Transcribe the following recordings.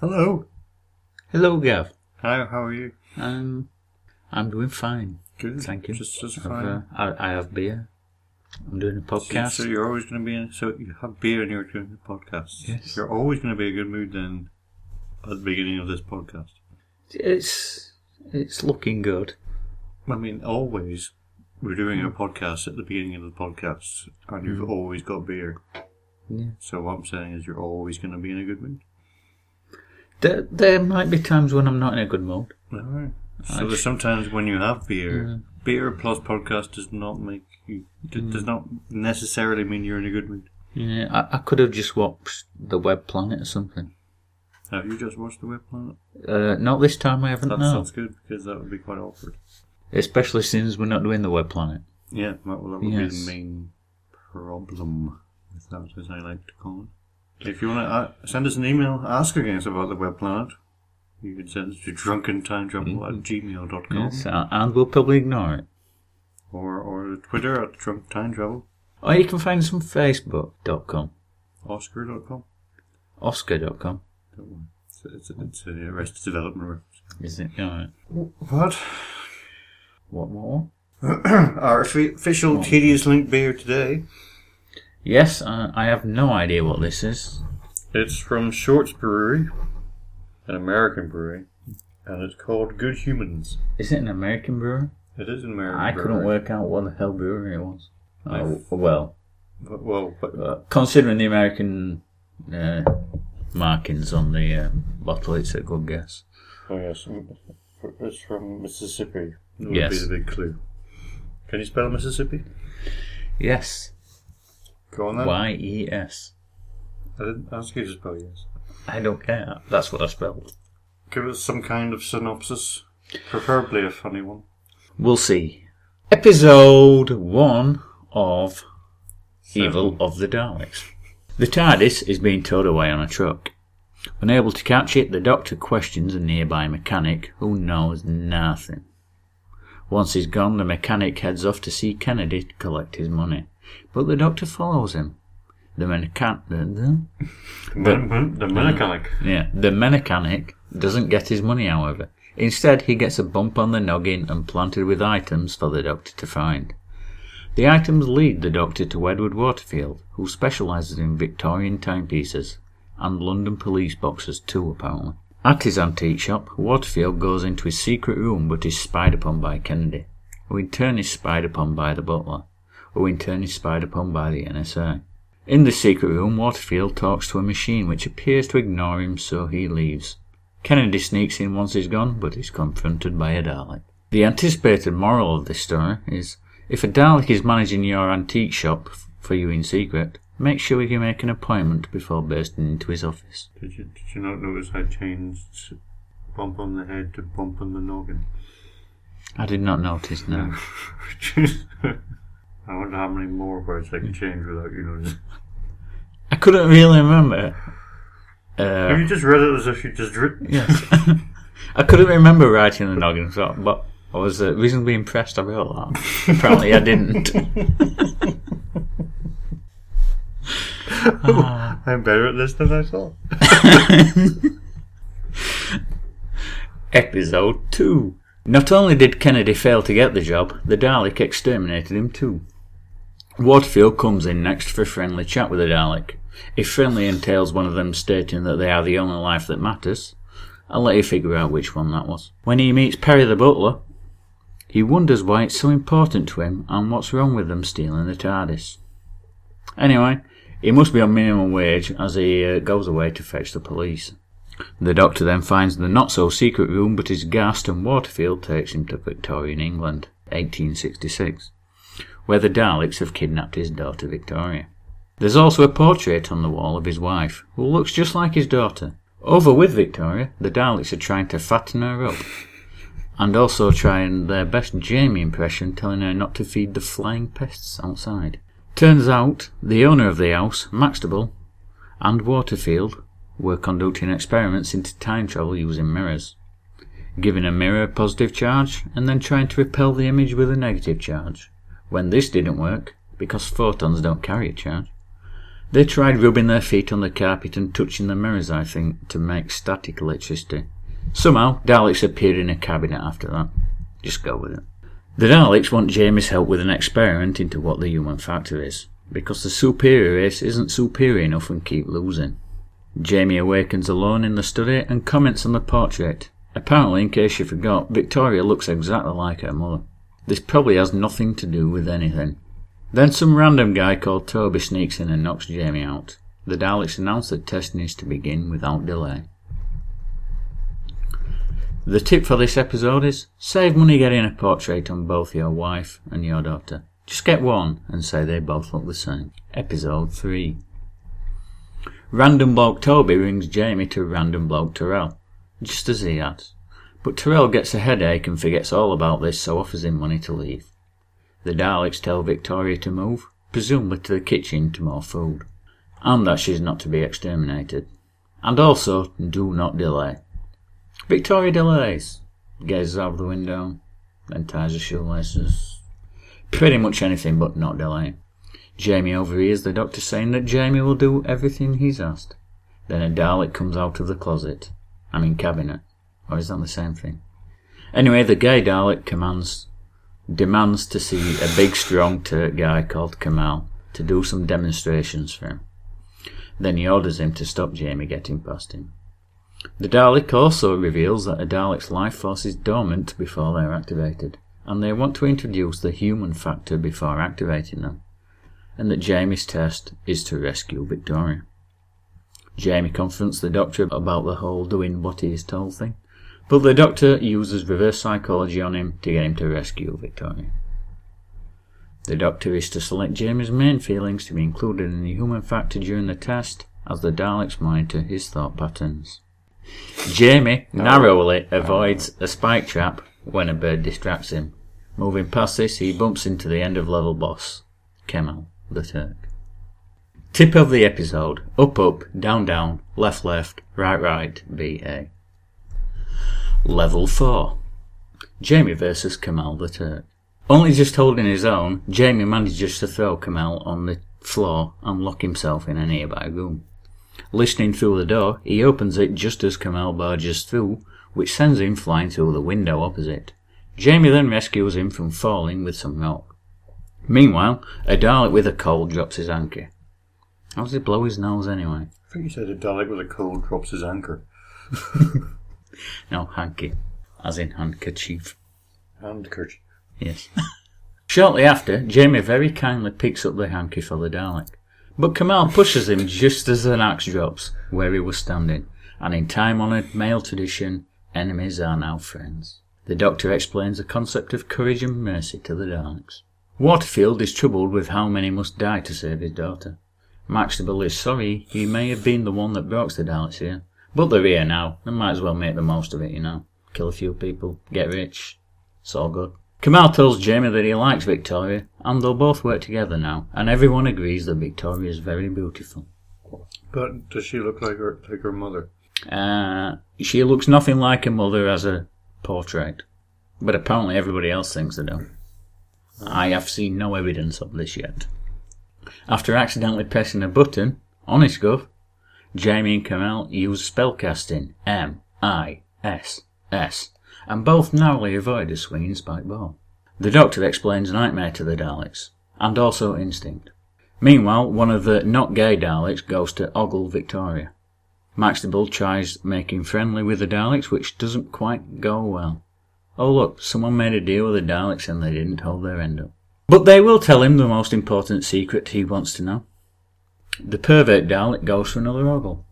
Hello. Hello, Gav. Hello, how are you? Um, I'm doing fine. Good. Thank you. Just as I've, fine. uh, I, I have beer. I'm doing a podcast. So you're always going to be in. So you have beer and you're doing the podcast. Yes. You're always going to be in a good mood then at the beginning of this podcast. It's it's looking good. I mean, always. We're doing a podcast at the beginning of the podcast and you've Mm. always got beer. Yeah. So what I'm saying is you're always going to be in a good mood. There, there might be times when I'm not in a good mood. Alright. So there's sometimes when you have beer, beer plus podcast does not make you, d- Mm. does not necessarily mean you're in a good mood. Yeah, I, I could have just watched The Web Planet or something. Have you just watched The Web Planet? Uh, not this time, I haven't. That no, sounds good because that would be quite awkward. especially since we're not doing The Web Planet. Yeah, that, well, that would be Yes. the main problem with that, as I like to call it. If you want to uh, send us an email asking us about the web planet, you can send us to drunkentimetravel at gmail.com Mm-hmm. Yes, a- and we'll probably ignore it. or, or Twitter at drunkentimetravel, Or you can find us on Facebook.com, oscar.com. Oscar.com. Don't worry. It's, it's, it's a Arrested Development reference. Is it? All right. What? What? What? what? Our offi- Oh. official Tedious Link beer today. Yes, I, I have no idea what this is. It's from Shorts Brewery, an American brewery, and it's called Good Humans. Is it an American brewer? It is an American I brewery. couldn't work out what the hell brewery it was. I- Oh, well, But, well, but, uh, considering the American uh, markings on the uh, bottle, it's a good guess. oh yes, mm, it's from Mississippi. That Yes. would be the big clue. Can you spell Mississippi? Yes. Go on then. Y E S. I didn't ask you to spell yes. I don't care. That's what I spelled. Give us some kind of synopsis, preferably a funny one. We'll see. Episode 1 of Evil of the Daleks. The TARDIS is being towed away on a truck. Unable to catch it, the doctor questions a nearby mechanic who knows nothing. Once he's gone, the mechanic heads off to see Kennedy to collect his money. But the doctor follows him. The mechanic. The, the mechanic. Yeah, the mechanic doesn't get his money, however. Instead, he gets a bump on the noggin and planted with items for the doctor to find. The items lead the doctor to Edward Waterfield, who specialises in Victorian timepieces and London police boxes too, apparently. At his antique shop, Waterfield goes into his secret room but is spied upon by Kennedy, who in turn is spied upon by the butler, who in turn is spied upon by the NSA. In the secret room, Waterfield talks to a machine which appears to ignore him, so he leaves. Kennedy sneaks in once he's gone, but is confronted by a Dalek. The anticipated moral of this story is if a Dalek is managing your antique shop f- for you in secret, make sure you make an appointment before bursting into his office. Did you, did you not notice I changed bump on the head to bump on the noggin? I did not notice now. I wonder how many more words I can change without you noticing. I couldn't really remember. Uh, You just read it as if you just written. yes. I couldn't remember writing the noggin, so, but I was uh, reasonably impressed I wrote that. Apparently, I didn't. I'm better at this than I thought. Episode 2. Not only did Kennedy fail to get the job, the Dalek exterminated him too. Waterfield comes in next for a friendly chat with the Dalek. If friendly entails one of them stating that they are the only life that matters, I'll let you figure out which one that was. When he meets Perry the butler, he wonders why it's so important to him and what's wrong with them stealing the TARDIS. Anyway, he must be on minimum wage as he uh, goes away to fetch the police. The doctor then finds the not so secret room but is gassed, and Waterfield takes him to Victorian England, 1866, where the Daleks have kidnapped his daughter Victoria. There's also a portrait on the wall of his wife, who looks just like his daughter. Over with Victoria, the Daleks are trying to fatten her up, and also trying their best Jamie impression, telling her not to feed the flying pests outside. Turns out the owner of the house, Maxtable, and Waterfield were conducting experiments into time travel using mirrors, giving a mirror a positive charge and then trying to repel the image with a negative charge. When this didn't work, because photons don't carry a charge, They tried rubbing their feet on the carpet and touching the mirrors, I think, to make static electricity. Somehow, Daleks appeared in a cabinet after that. Just go with it. The Daleks want Jamie's help with an experiment into what the human factor is, because the superior race isn't superior enough and keep losing. Jamie awakens alone in the study and comments on the portrait. Apparently, in case you forgot, Victoria looks exactly like her mother. This probably has nothing to do with anything. Then some random guy called Toby sneaks in and knocks Jamie out. The Daleks announce that test needs to begin without delay. The tip for this episode is save money getting a portrait on both your wife and your daughter. Just get one and say they both look the same. Episode 3 Random bloke Toby rings Jamie to random bloke Terrell, just as he had. But Terrell gets a headache and forgets all about this, so offers him money to leave. The Daleks tell Victoria to move, presumably to the kitchen to more food, and that she's not to be exterminated. And also, do not delay. Victoria delays, gazes out of the window, then ties her shoelaces. Pretty much anything but not delay. Jamie overhears the doctor saying that Jamie will do everything he's asked. Then a Dalek comes out of the closet. I mean, cabinet. Or is that the same thing? Anyway, the gay Dalek commands demands to see a big, strong Turk guy called Kamal to do some demonstrations for him. Then he orders him to stop Jamie getting past him. The Dalek also reveals that a Dalek's life force is dormant before they're activated, and they want to introduce the human factor before activating them, and that Jamie's test is to rescue Victoria. Jamie confronts the doctor about the whole doing what he is told thing, but the doctor uses reverse psychology on him to get him to rescue Victoria. The doctor is to select Jamie's main feelings to be included in the human factor during the test as the Daleks monitor his thought patterns. Jamie narrowly avoids a spike trap when a bird distracts him. Moving past this, he bumps into the end of level boss, Kemal the Turk. Tip of the episode up, up, down, down, left, left, right, right, BA. Level 4 Jamie versus Kamal the Turk. Only just holding his own, Jamie manages to throw Kamal on the floor and lock himself in a nearby room. Listening through the door, he opens it just as Kamal barges through, which sends him flying through the window opposite. Jamie then rescues him from falling with some rock. Meanwhile, a Dalek with a cold drops his anchor. How does he blow his nose anyway? I think you said a Dalek with a cold drops his anchor. No, hanky, as in handkerchief. Handkerchief. Yes. Shortly after, Jamie very kindly picks up the hanky for the Dalek. But Kamal pushes him just as an axe drops where he was standing, and in time honoured male tradition, enemies are now friends. The doctor explains the concept of courage and mercy to the Daleks. Waterfield is troubled with how many must die to save his daughter. Maxtable is sorry he may have been the one that brought the Daleks here, but they're here now, and might as well make the most of it, you know. Kill a few people, get rich, it's all good. Kamal tells Jamie that he likes Victoria, and they'll both work together now, and everyone agrees that Victoria is very beautiful. But does she look like her like her mother? Uh, she looks nothing like her mother as a portrait, but apparently everybody else thinks they do. I have seen no evidence of this yet. After accidentally pressing a button, honest Gov, Jamie and Kamal use spellcasting M I S S, and both narrowly avoid a swinging spike ball. The Doctor explains Nightmare to the Daleks, and also Instinct. Meanwhile, one of the not gay Daleks goes to ogle Victoria. Maxtable tries making friendly with the Daleks, which doesn't quite go well. Oh look, someone made a deal with the Daleks and they didn't hold their end up. But they will tell him the most important secret he wants to know. The pervert Dalek goes for another ogle.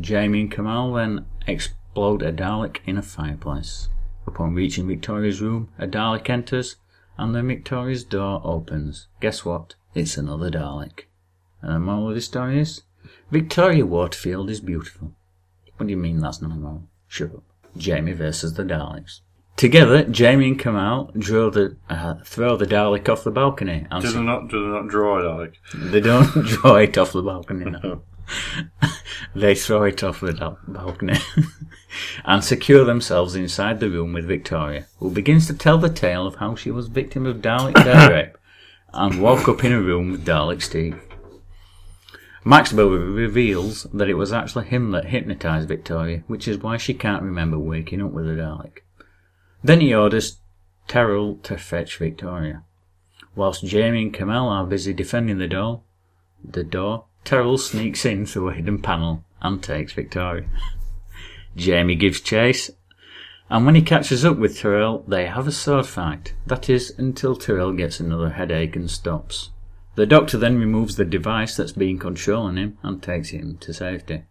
Jamie and Kamal then explode a Dalek in a fireplace. Upon reaching Victoria's room, a Dalek enters, and then Victoria's door opens. Guess what? It's another Dalek. And the moral of the story is Victoria Waterfield is beautiful. What do you mean that's not a moral? Shut up. Jamie versus the Daleks. Together, Jamie and Kamal draw the, uh, throw the Dalek off the balcony and Do they not do they not draw a Dalek? they don't draw it off the balcony now. they throw it off the dal- balcony and secure themselves inside the room with Victoria, who begins to tell the tale of how she was victim of Dalek dare rape and woke up in a room with Dalek Steve. Maxwell reveals that it was actually him that hypnotized Victoria, which is why she can't remember waking up with the Dalek. Then he orders Terrell to fetch Victoria. Whilst Jamie and Kamal are busy defending the door, the door, Terrell sneaks in through a hidden panel and takes Victoria. Jamie gives chase, and when he catches up with Terrell, they have a sword fight. That is, until Terrell gets another headache and stops. The doctor then removes the device that's been controlling him and takes him to safety.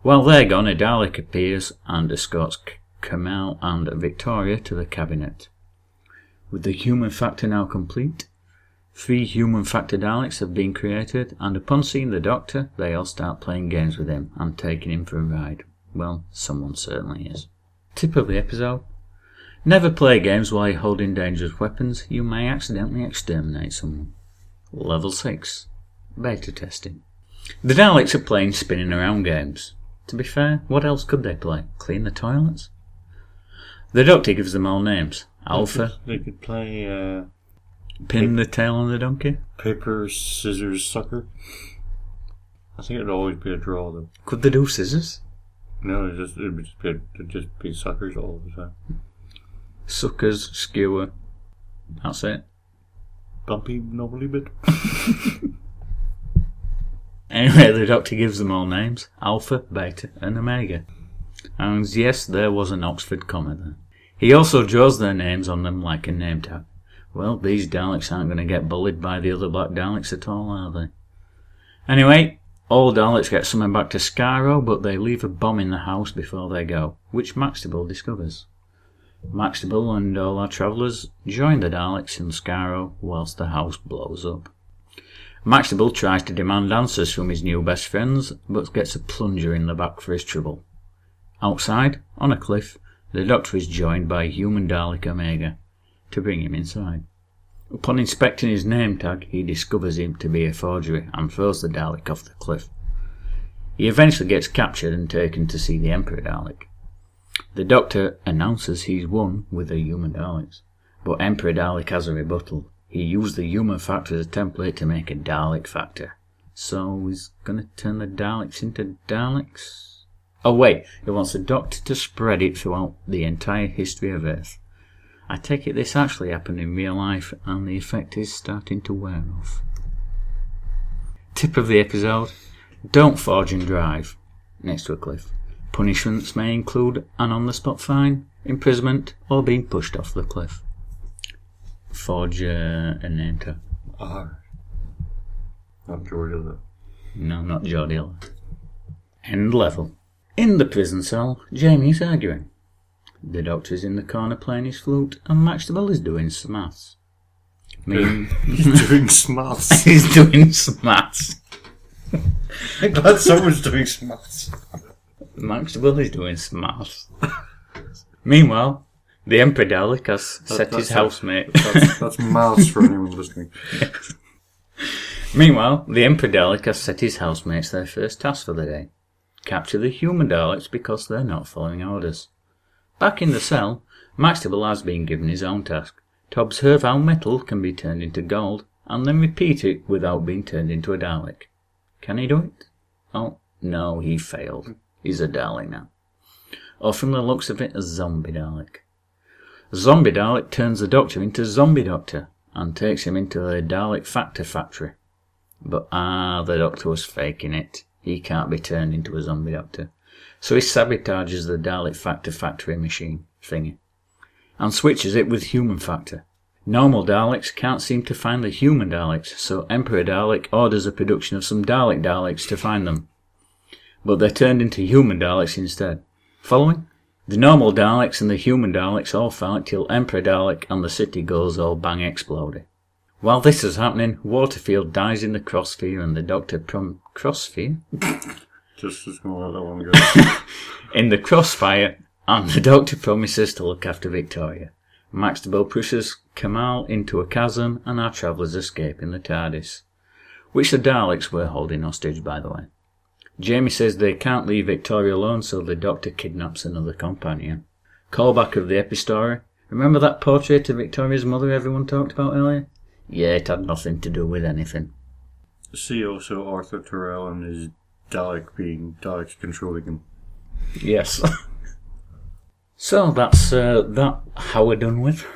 While they're gone, a Dalek appears and escorts K- Kamal and Victoria to the cabinet. With the human factor now complete, three human factor Daleks have been created, and upon seeing the Doctor, they all start playing games with him and taking him for a ride. Well, someone certainly is. Tip of the episode Never play games while you're holding dangerous weapons, you may accidentally exterminate someone. Level 6 Beta testing. The Daleks are playing spinning around games. To be fair, what else could they play? Clean the toilets? The Doctor gives them all names Alpha, They could play uh, Pin the Tail on the Donkey. paper, scissors, sucker. I think it'd always be a draw though. Could they do scissors? No, it'd just it'd just be it'd just be suckers all the time. Suckers, skewer. That's it. Bumpy nobly bit. Anyway, the doctor gives them all names Alpha, Beta, and Omega. And yes, there was an Oxford comma there. He also draws their names on them like a name tag. Well, these Daleks aren't going to get bullied by the other black Daleks at all, are they? Anyway, all Daleks get summoned back to Skaro, but they leave a bomb in the house before they go, which Maxtable discovers. Maxtable and all our travellers join the Daleks in Skaro whilst the house blows up. Maxtable tries to demand answers from his new best friends, but gets a plunger in the back for his trouble. Outside, on a cliff, the doctor is joined by human Dalek Omega to bring him inside. Upon inspecting his name tag, he discovers him to be a forgery and throws the Dalek off the cliff. He eventually gets captured and taken to see the Emperor Dalek. The doctor announces he's won with the human Daleks, but Emperor Dalek has a rebuttal. He used the human factor as a template to make a Dalek factor. So he's gonna turn the Daleks into Daleks? Oh wait, he wants the Doctor to spread it throughout the entire history of Earth. I take it this actually happened in real life and the effect is starting to wear off. Tip of the episode Don't forge and drive next to a cliff. Punishments may include an on the spot fine, imprisonment, or being pushed off the cliff. Forge uh, a name tag. Are. Not Georgia though. No, not Geordie Hill. End level. In the prison cell, Jamie's arguing. The doctor's in the corner playing his flute, and Maxtable is doing some maths. Mean, He's doing smarts. he's doing some maths. I'm glad someone's doing smarts. Maxtable is doing some maths. Meanwhile, the Emperor Dalek has set that's his a- housemate. That's, that's mouths for anyone listening. Meanwhile, the Emperor Dalek has set his housemates their first task for the day capture the human Daleks because they're not following orders. Back in the cell, Maxtable has been given his own task to observe how metal can be turned into gold and then repeat it without being turned into a Dalek. Can he do it? Oh, no, he failed. He's a Dalek now. Or from the looks of it, a zombie Dalek. Zombie Dalek turns the Doctor into Zombie Doctor and takes him into the Dalek Factor Factory. But ah, the doctor was faking it. He can't be turned into a zombie doctor. So he sabotages the Dalek Factor Factory machine thingy and switches it with Human Factor. Normal Daleks can't seem to find the human Daleks, so Emperor Dalek orders a production of some Dalek Daleks to find them. But they're turned into human Daleks instead. Following? The normal Daleks and the human Daleks all fight till Emperor Dalek and the city goes all bang exploding. While this is happening, Waterfield dies in the crossfire and the Doctor prom crossfire Just, just gonna let that one go. in the crossfire and the Doctor promises to look after Victoria. Maxtable pushes Kamal into a chasm and our travellers escape in the TARDIS, which the Daleks were holding hostage by the way. Jamie says they can't leave Victoria alone so the Doctor kidnaps another companion. Callback of the epistory. Remember that portrait of Victoria's mother everyone talked about earlier? Yeah, it had nothing to do with anything. see also Arthur Terrell and his Dalek being Daleks controlling him. Yes. so that's uh, that. How we're done with.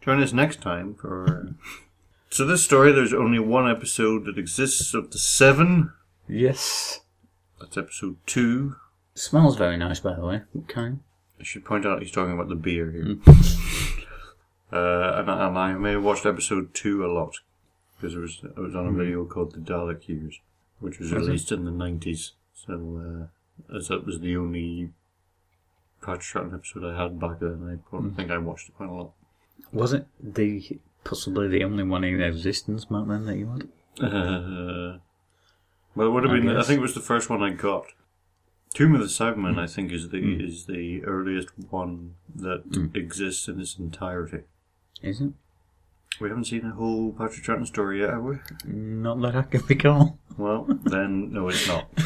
Join us next time for. uh, so this story, there's only one episode that exists of the seven. Yes. That's episode two. Smells very nice, by the way. Okay. I should point out he's talking about the beer here. Hmm. uh, and, I- and I may have watched episode two a lot because it was I was on Hmm. a video called The Dalek Years, which was released in the nineties. So uh, as that was the only Patch Stratton episode I had back then, I Hmm. probably think I watched it quite a lot. Was it the possibly the only one in existence back then that you had? Uh, well, it would have I been. I, guess. Hmm. think it was the first one I got. Tomb of the Cybermen, I think, is the is the earliest one that Hmm. exists in its entirety. Is it? We haven't seen a whole Patrick Troughton story yet, have we? Not that I can recall. Well, then no, it's not.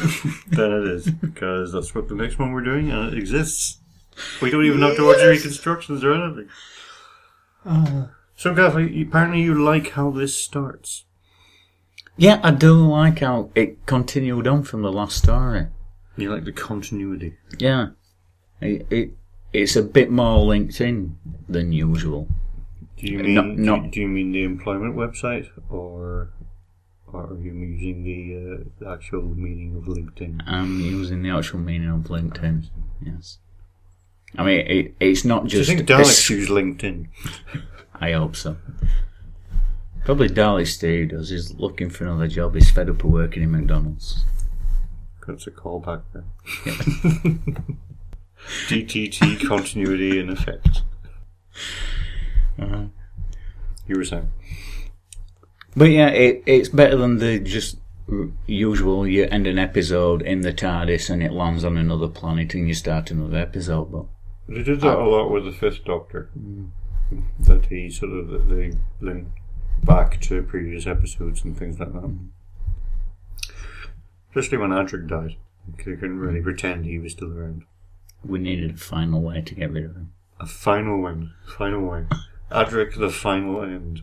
then it is because that's what the next one we're doing, and it exists. We don't even have to watch reconstructions or anything. so, Gav, you- apparently you like how this starts. Yeah, I do like how it continued on from the last story. You like the continuity. Yeah, it, it it's a bit more linked in than usual. Do you Uh, mean no- do- no. Do, you mean the employment website, or, or are you using the, uh, the actual meaning of LinkedIn? I'm using the actual meaning of LinkedIn. Yes, I mean it, it's not Do you just. think a Daleks s- use LinkedIn? I hope so. Probably Dalek Steve does. He's looking for another job. He's fed up of working in McDonald's. That's a callback there. DTT continuity in effect. Uh-huh. You were saying. But yeah, it, it's better than the just r- usual. You end an episode in the TARDIS and it lands on another planet, and you start another episode. But They did that a lot with the Fifth Doctor. That he sort of that they link back to previous episodes and things like that. Especially when Adric died, they couldn't really pretend he was still around. we needed a final way to get rid of him. A final win, final win. Adric, the final end.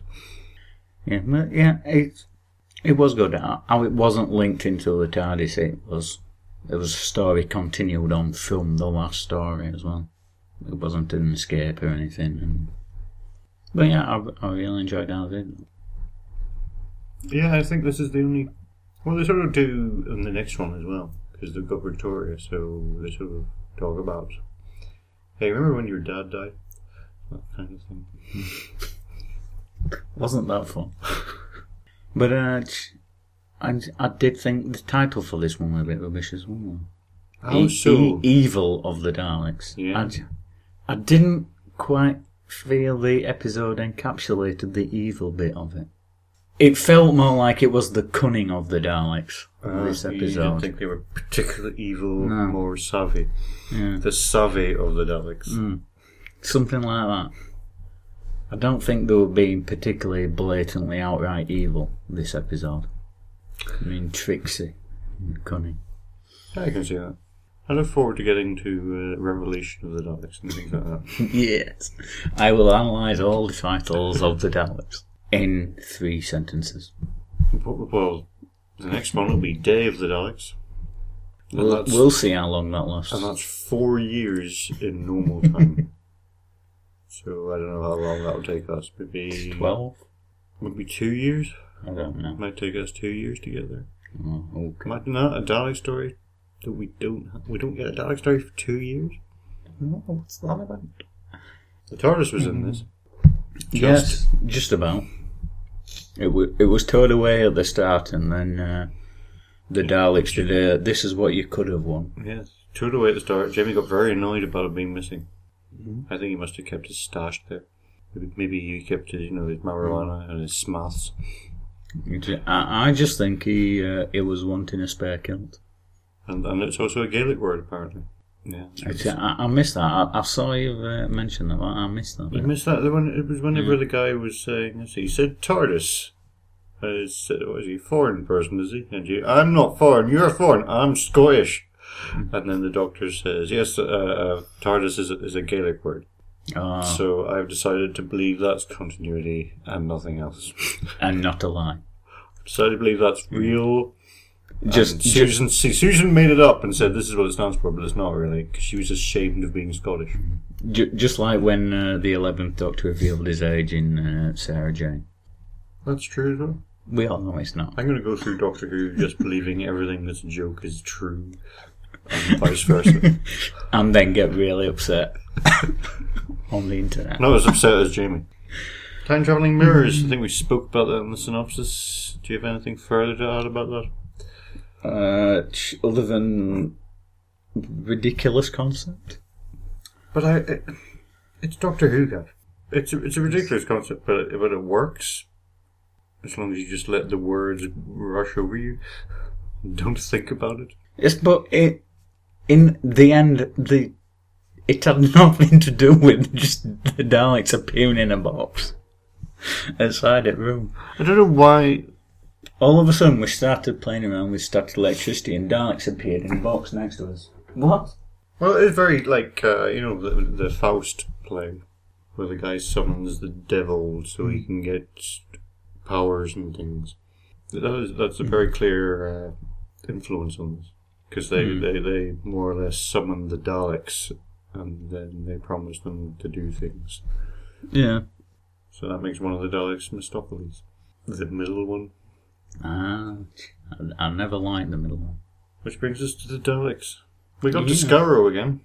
Yeah, but yeah, it it was good. How how it wasn't linked into the TARDIS, it was it was a story continued on from the last story as well. It wasn't an escape or anything. And, but yeah, I, I really enjoyed how they did. Yeah, I think this is the only. Well, they sort of do in the next one as well because they've got Victoria, so they sort of talk about. Hey, remember when your dad died? That kind of thing. Wasn't that fun? but uh, ch- I I did think the title for this one was a bit rubbish as well. How E- so? E- evil of the Daleks. Yeah. I, j- I didn't quite feel the episode encapsulated the evil bit of it. It felt more like it was the cunning of the Daleks. Uh, this You didn't episode. think they were particularly evil No. more savvy. Yeah. The savvy of the Daleks. Mm. Something like that. I don't think they were being particularly blatantly outright evil this episode. I mean, tricksy and cunning. I can see that. I look forward to getting to uh, Revelation of the Daleks and things like that. yes. I will analyse all the titles of the Daleks in three sentences. But- well, the next one will be Day of the Daleks. And We'll, that's- we'll see how long that lasts. And that's four years in normal time. so I don't know how long that'll take us. Maybe 12? Maybe two years. I don't know. might take us two years to get there. Oh, okay. Might not a Dalek story that we don't ha- we don't get a Dalek story for two years. What's that about? The TARDIS was in this. yes, just about. It, w- it was towed away at the start, and then uh, the Daleks did a this is what you could have won. Yes. Two away at the start. Jamie got very annoyed about it being missing. I think he must have kept his stash there. Maybe, maybe he kept his, you know, his marijuana and his smaths. You ju- I, I just think he uh, he was wanting a spare kilt. And, and it's also a Gaelic word, apparently. Yeah. Actually, I, I missed that. I, I saw you uh, mention that. but I missed that. You missed that. The one it was whenever the guy was saying, let's see, he said TARDIS. I said, what is he? Foreign person, is he? And you, I'm not foreign. You're foreign. I'm Scottish. Hmm. And then the doctor says, yes, uh, uh, TARDIS is a, is a Gaelic word. Ah, So I've decided to believe that's continuity and nothing else. and not a lie. decidedly that's Hmm. real. Just, And just Susan, see, Susan made it up and said this is what it stands for, but it's not really because she was ashamed of being Scottish. Hmm. ju- just like when uh, the eleventh Doctor revealed his age in uh, Sarah Jane. That's true, though. We all know it's not. I'm going to go through Doctor Who just believing everything that's a joke is true, and vice versa. And then get really upset on the internet. Not as upset as Jamie. Time traveling mirrors. I think we spoke about that in the synopsis. Do you have anything further to add about that? Uh, ch- other than ridiculous concept. But I, it, it's Doctor Who, guys. It's a, it's a ridiculous concept, but it, but it works as long as you just let the words rush over you. Don't think about it. Yes, but it in the end the it had nothing to do with just the Daleks appearing in a box outside a room. I don't know why. All of a sudden, we started playing around with static electricity, and Daleks appeared in a box next to us. What? Well, it's very like uh, you know the, the Faust play, where the guy summons the devil so he can get powers and things. That is, that's a very clear uh, influence on this because they, they they more or less summon the Daleks and then they promise them to do things. Yeah. So that makes one of the Daleks Mistopheles. The middle one. Ah, I, I never liked the middle one. Which brings us to the Daleks. We got to Yeah. Scarrow again.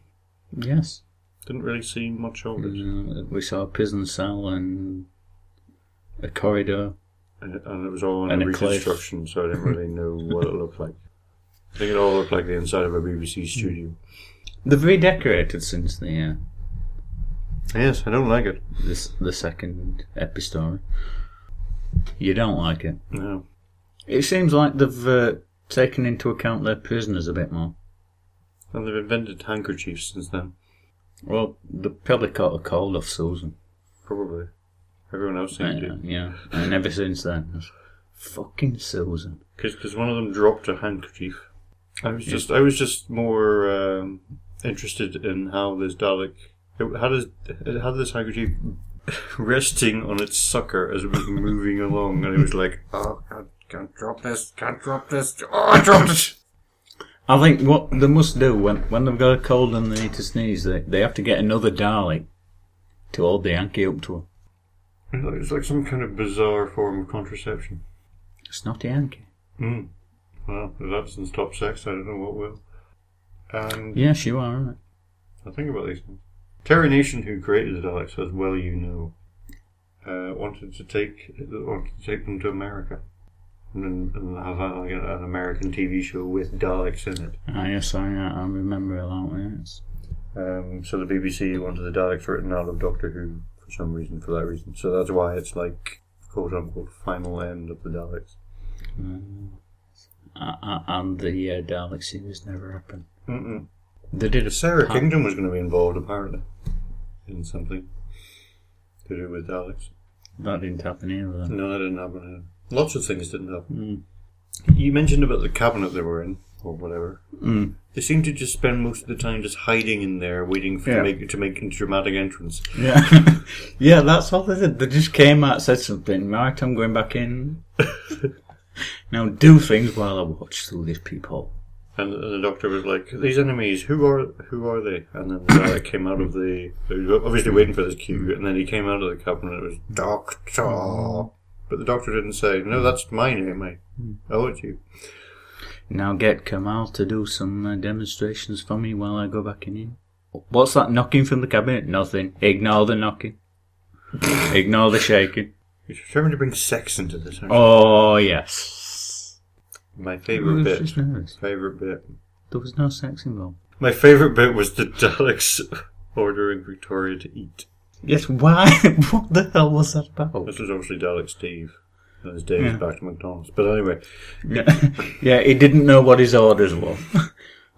Yes. Didn't really see much of it. Uh, we saw a prison cell and a corridor. And, and it was all on And a a cliff. reconstruction, so I didn't really know what it looked like. I think it all looked like the inside of a BBC studio. They've redecorated since the uh, Yes, I don't like it. this the second epistory. You don't like it. No. It seems like they've uh, taken into account their prisoners a bit more. And they've invented handkerchiefs since then. Well, they probably caught a cold off Susan. Probably. Everyone else Yeah, seemed to. yeah. And ever since then, it's, fucking Susan. Because one of them dropped a handkerchief. I was just I was just more um, interested in how this Dalek it had his, it had this handkerchief resting on its sucker as it was moving along, and it was like, oh, can't, can't drop this, can't drop this. Oh, I dropped it. I think what they must do when when they've got a cold and they need to sneeze, they they have to get another Dalek to hold the Yankee up to her. It's like- It's like some kind of bizarre form of contraception. It's not a Yankee. Mm. Well, if that doesn't stop sex, I don't know what will. And Yes, you are. Right? I think about these things. Terry Nation, who created the Daleks, as well you know, uh, wanted to take wanted to take them to America and, and have uh, like an American TV show with Daleks in it. Ah, yes, I I remember a lot. Yes. Um, so the BBC wanted the Daleks written out of Doctor Who for some reason, for that reason. So that's why it's like quote unquote final end of the Daleks. Uh, uh, and the uh, Dalek series never happened. Mm-mm. They did a Sarah pa- Kingdom was going to be involved apparently in something to do with Daleks. That didn't happen either. No, that didn't happen. yeah. Lots of things didn't happen. Mm. You mentioned about the cabinet they were in, or whatever. Mm. They seem to just spend most of the time just hiding in there, waiting for Yeah. to make to make a dramatic entrance. Yeah, yeah, that's all they did. They just came out, said something. Right, I'm going back in. now do things while I watch through this peephole. And, and the doctor was like, "These enemies, who are who are they?" And then the guy came out of the. They were obviously waiting for this cue, and then he came out of the cabinet. and It was Doctor, but the doctor didn't say, "No, that's my name, mate." Oh, it's you. Now get Kamal to do some uh, demonstrations for me while I go back in here. What's that knocking from the cabinet? Nothing. Ignore the knocking. Ignore the shaking. You should remember to bring sex into this. aren't you? Oh yes. My It favorite was bit. just nervous. Favorite bit. There was no sex involved. My favorite bit was the Daleks ordering Victoria to eat. Yes, why? what the hell was that about? This was obviously Dalek Steve. And his day is Yeah. back to McDonald's. But anyway, Yeah, yeah, he didn't know what his orders were.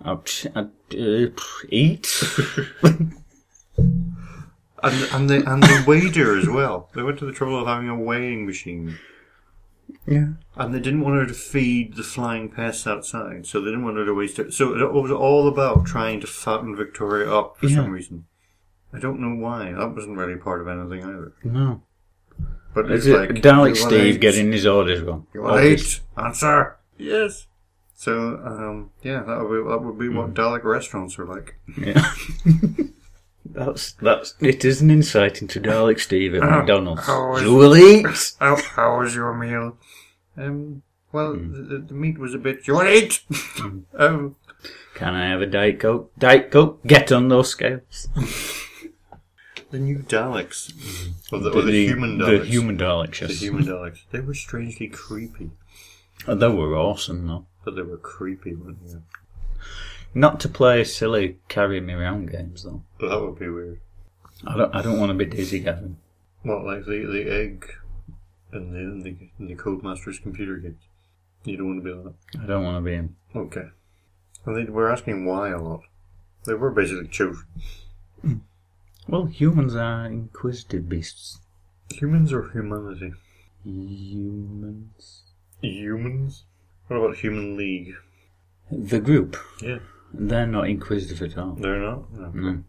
I'd, I'd, uh, eat. and and the and the waiter as well. They went to the trouble of having a weighing machine, yeah. and they didn't want her to feed the flying pests outside, so they didn't want her to waste it. So it was all about trying to fatten Victoria up for Yeah. some reason. I don't know why. That wasn't really part of anything either. No. But Is it's it like Dalek you want Steve eight? getting his orders wrong? You want eight? Orders. Answer yes. So um, yeah, that would be that would be Hmm. what Dalek restaurants are like. Yeah. that's that's it is an insight into Dalek Steve at McDonald's. oh, it's- You will eat. How, Oh, how was your meal? Um, well, Hmm. the, the meat was a bit. You want to eat? um, Can I have a Diet Coke? Diet Coke, get on those scales. the new Daleks, or the, or the, human Hmm. the Daleks, human Daleks, The yes. human Daleks. They were strangely creepy, Oh, they were awesome though. but they were creepy, weren't they? Not to play silly carry me around games though. But that would be weird. I don't I don't want to be dizzy Gavin. What, like the the egg, and then the and the Codemaster's computer games. You don't want to be like that. I don't want to be him. Okay. Well, they were asking why a lot. They were basically children. Well, humans are inquisitive beasts. Humans or humanity? Humans. Humans? What about Human League? The group. Yeah. They're not inquisitive at all. They're not? No. No.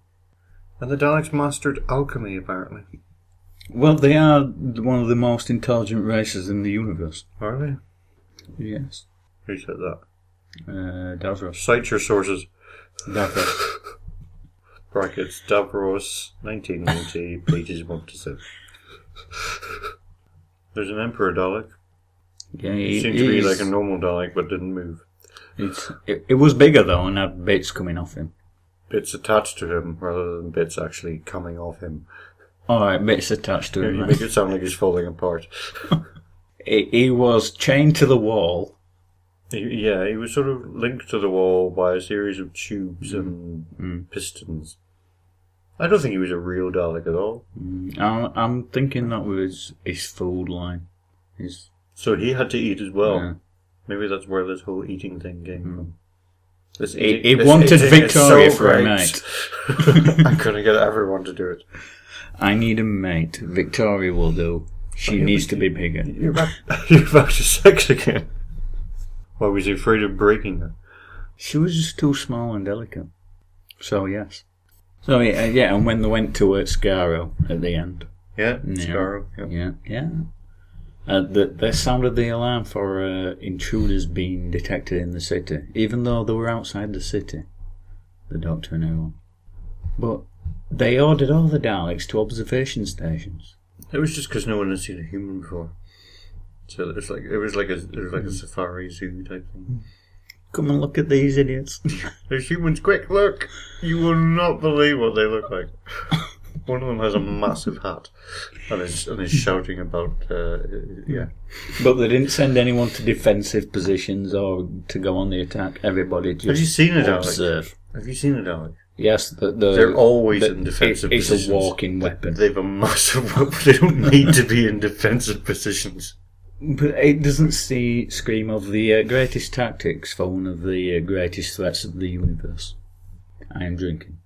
And the Daleks mastered alchemy, apparently. Well, they are one of the most intelligent races in the universe. Are they? Yes. Who said that? Uh, Davros. Cite your sources. Davros. Brackets, Davros, 1990, pages 1 to 7. There's an Emperor Dalek. Yeah, He it, seemed to be is- like a normal Dalek, but didn't move. it's, it, it was bigger though, and had bits coming off him. Bits attached to him rather than bits actually coming off him. All right, bits attached to You him. make then. it sound like he's falling apart. He, he was chained to the wall. He- Yeah, he was sort of linked to the wall by a series of tubes and pistons. I don't think he was a real Dalek at all. I'm, I'm thinking that was his food line. His uh, So he had to eat as well. Yeah. Maybe that's where this whole eating thing came from. This He- eating- he this wanted eating is Victoria so for great. a mate. I'm going to get everyone to do it. I need a mate. Victoria will do. She needs to be bigger. You're back, you're back to sex again. Why was he afraid of breaking that? She was just too small and delicate. So yes. So yeah, yeah and when they went to uh, Scaro at the end, Yeah, Yeah. Scarrow. Yeah. yeah, yeah, uh, the, they sounded the alarm for uh, intruders being detected in the city, even though they were outside the city. The doctor and everyone, but they ordered all the Daleks to observation stations. It was just because no one had seen a human before. So it was like it was like a it was like a safari zoo type thing. Come and look at these idiots. There's humans, quick look! You will not believe what they look like. One of them has a massive hat and is and is shouting about uh, yeah. but they didn't send anyone to defensive positions or to go on the attack. Everybody just Have you seen it, Alex? observe. Have you seen it, Alec? Yes, the, the, They're always the- in defensive it- It's positions. a walking weapon. They've a massive weapon. They don't need to be in defensive positions. But it doesn't see scream of the uh, greatest tactics for one of the uh, greatest threats of the universe. I am drinking.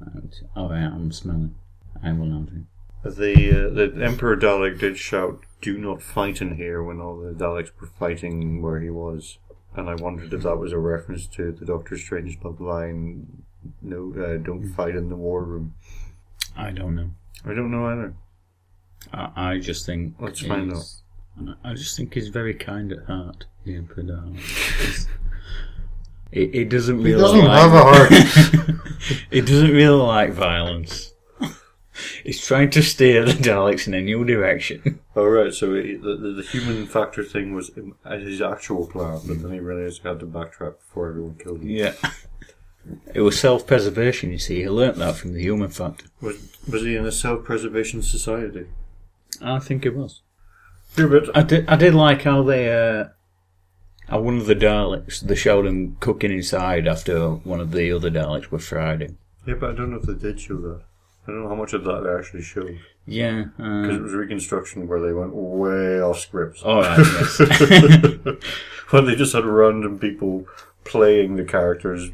And, all right, I'm smelling. I will now drink. The uh, the Emperor Dalek did shout, "Do not fight in here!" when all the Daleks were fighting where he was, and I wondered if that was a reference to the Doctor Strange love line, "No, uh, don't fight in the war room." I don't know. I don't know either. I, I just think Let's find he's- I just think he's very kind at heart. The Emperor Dalek. It, it doesn't really. like- It doesn't really like violence. It's trying to steer the Daleks in a new direction. All Oh, right, so it, the, the the human factor thing was in- uh, his actual plan, but then he realized he had to backtrack before everyone killed him. Yeah. It was self preservation, you see. He learnt that from the human factor. Was was he in a self-preservation society? I think it was. Yeah, but I did, I did like how they, uh, how one of the Daleks, they showed him cooking inside after one of the other Daleks were fried him. yeah, but I don't know if they did show that. I don't know how much of that they actually showed. Yeah. Uh, Because it was Reconstruction where they went way off script. Alright, yes. when they just had random people playing the characters,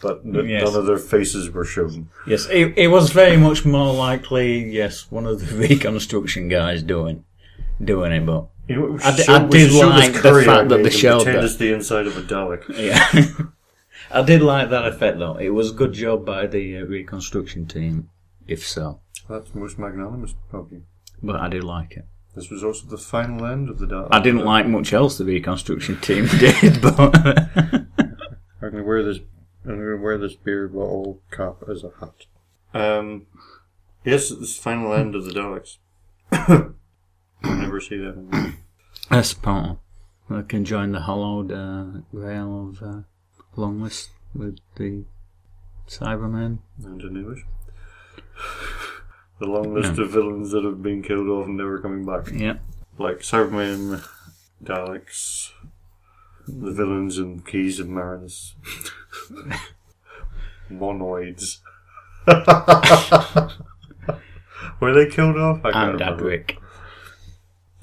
but n- Yes. none of their faces were shown. yes, it, it was very much more likely, yes, one of the reconstruction guys doing, doing it, but. You know, it was I di- so- I it was did so like this curry the fact I that made they and showed pretend that. it's the inside of a Dalek. Yeah. I did like that effect though. It was a good job by the uh, reconstruction team, if so. That's most magnanimous of you. but I do like it. This was also the final end of the Dalek. I didn't like much else the reconstruction team did, but I'm gonna wear this. I'm gonna wear this beard bottle cap as a hat. Um, yes, this final end of the Daleks. I'll never see that. Again. that's part. I can join the hollowed uh, rail of uh, Longlist with the Cybermen. And a new wish. The long list of villains that have been killed off and never coming back, Yep. like Cybermen, Daleks, the villains and keys of Marinus, monoids. Were they killed off? I And can't remember. Adric.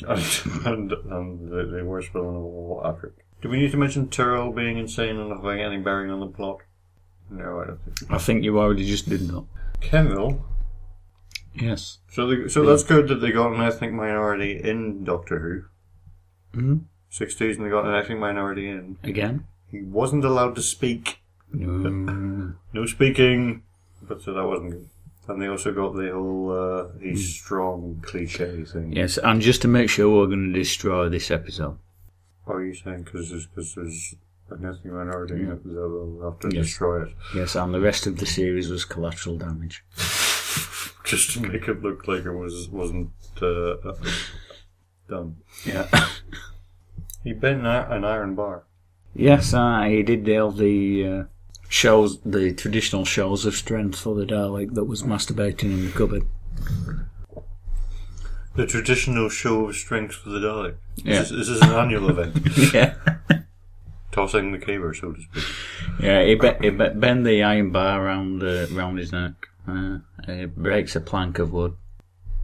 and, and, and the, the worst villain of all, Adric. Do we need to mention Tyrell being insane and not having any bearing on the plot? No, I don't think. I think you already just did that. Kenville. Yes. So, they, so that's good that they got an ethnic minority in Doctor Who. hmm Sixties, and they got an ethnic minority in. Again? He wasn't allowed to speak. No. No speaking. But so that wasn't good. And they also got the whole uh, he's strong cliche thing. yes, and just to make sure we're going to destroy this episode. What are you saying? Because there's, 'cause there's an ethnic minority in Yeah. it, they'll they'll have to Yes. destroy it. Yes, and the rest of the series was collateral damage. just to make it look like it was wasn't uh, done. Yeah. He bent an, i- an iron bar. yes, I he did all the uh, shows, the traditional shows of strength for the Dalek that was masturbating in the cupboard. The traditional show of strength for the Dalek. Yeah. This, is, this is an annual event. yeah. Tossing the caber, so to speak. Yeah, he, be- he be- bend the iron bar round uh, round his neck. Uh, it breaks a plank of wood,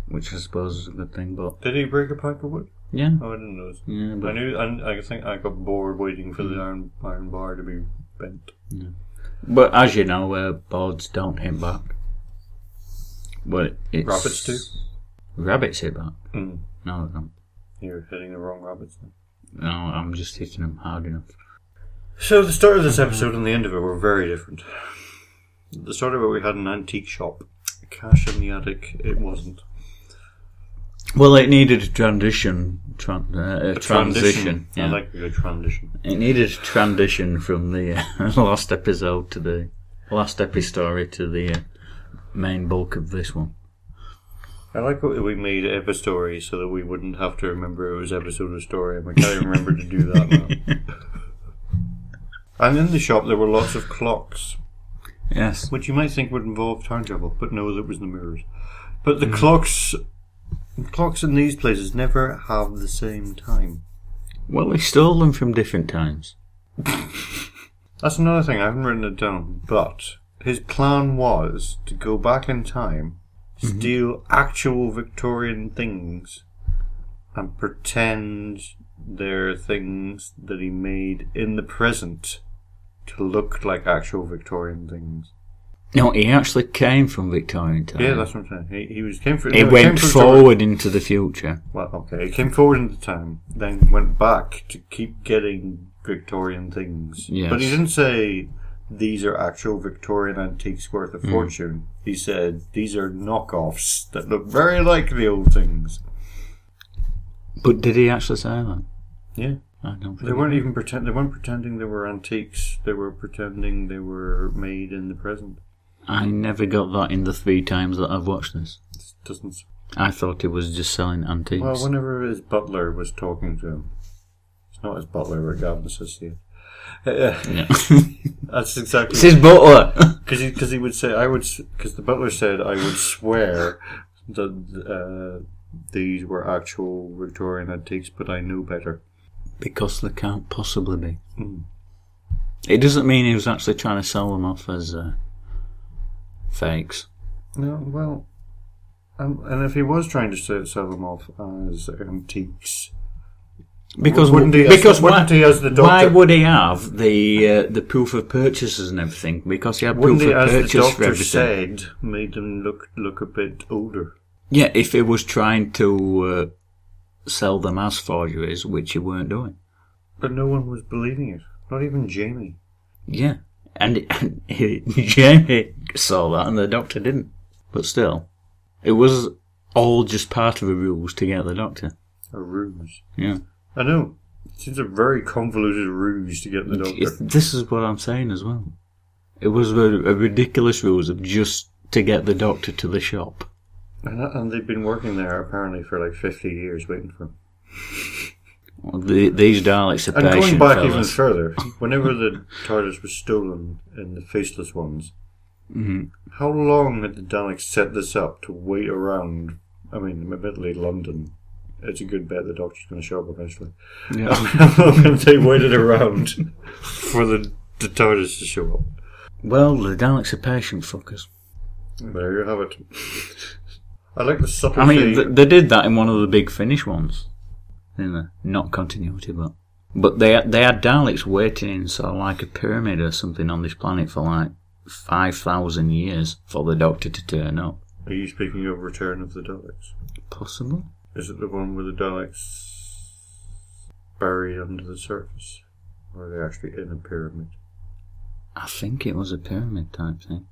which I suppose is a good thing. But Did he break a plank of wood? yeah, Oh, I didn't notice. yeah, I but knew. I, I think I got bored waiting Mm. for the iron iron bar to be bent. but as you know, uh, boards don't hit back. But it's Rabbits do. Rabbits hit back. Mm. No, they don't. You're hitting the wrong rabbits. Now. no, I'm just hitting them hard enough. So the start of this episode and the end of it were very different. At the start of it, we had an antique shop, cash in the attic. It wasn't. Well, it needed a transition, tran- uh, a transition. I Yeah. like the transition. it needed a transition from the uh, last episode to the last epistory to the uh, main bulk of this one. I like that we made epistory so that we wouldn't have to remember it was episode of story, and we can't even remember to do that now. And in the shop, there were lots of clocks, Yes. which you might think would involve time travel, but no, that was the mirrors. But the clocks, clocks in these places never have the same time. Well, they stole them from different times. That's another thing I haven't written it down. But his plan was to go back in time, steal actual Victorian things, and pretend they're things that he made in the present to look like actual Victorian things. No, he actually came from Victorian times. Yeah, that's what I'm saying. He, he was came from. He no, he came went from forward into the future. Well, okay, he came forward in the time, then went back to keep getting Victorian things. Yes. But he didn't say these are actual Victorian antiques worth a fortune. He said these are knockoffs that look very like the old things. But did he actually say that? Yeah, I don't think. they weren't even pretend. They weren't pretending they were antiques. They were pretending they were made in the present. I never got that in the three times that I've watched this. It doesn't. I thought he was just selling antiques. Well, whenever his butler was talking to him, it's not his butler, but Gavin associate. Uh, Yeah. that's exactly. it's his butler. Because he, cause he would say, I would, because the butler said, I would swear that uh, these were actual Victorian antiques, but I knew better. because they can't possibly be. Mm. It doesn't mean he was actually trying to sell them off as uh, fakes. No, well, and, and if he was trying to sell, sell them off as antiques, Because wouldn't he? because as, wouldn't why, he as the doctor? why would he have the uh, the proof of purchases and everything? Because he had not proof he, of as the purchase for doctor everything. said, made them look look a bit older? Yeah, if he was trying to uh, sell them as forgeries, which he weren't doing. But no one was believing it. Not even Jamie. Yeah, and, and he, Jamie saw that, and the doctor didn't. But still, it was all just part of a ruse to get the doctor. A ruse. Yeah. I know. It's a very convoluted ruse to get the It- doctor. this is what I'm saying as well. It was a, a ridiculous ruse of just to get the doctor to the shop. And, Uh-huh, and they've been working there apparently for like 50 years waiting for him. Well, the, these Daleks are And going patient back even fellas. further, whenever the TARDIS was stolen in the Faceless Ones, Mm-hmm. how long had the Daleks set this up to wait around? I mean, admittedly, London. It's a good bet the doctor's going to show up eventually. Yeah. How long have they waited around for the, the TARDIS to show up? well, the Daleks are patient fuckers. There you have it. I like the I subtlety. mean, th- they did that in one of the big Finnish ones. Didn't they? Not continuity, but but they had- they had Daleks waiting in sort of like a pyramid or something on this planet for like five thousand years for the Doctor to turn up. Are you speaking of Return of the Daleks? Possible? Is it the one where the Daleks buried under the surface? Or are they actually in a pyramid? I think it was a pyramid type thing.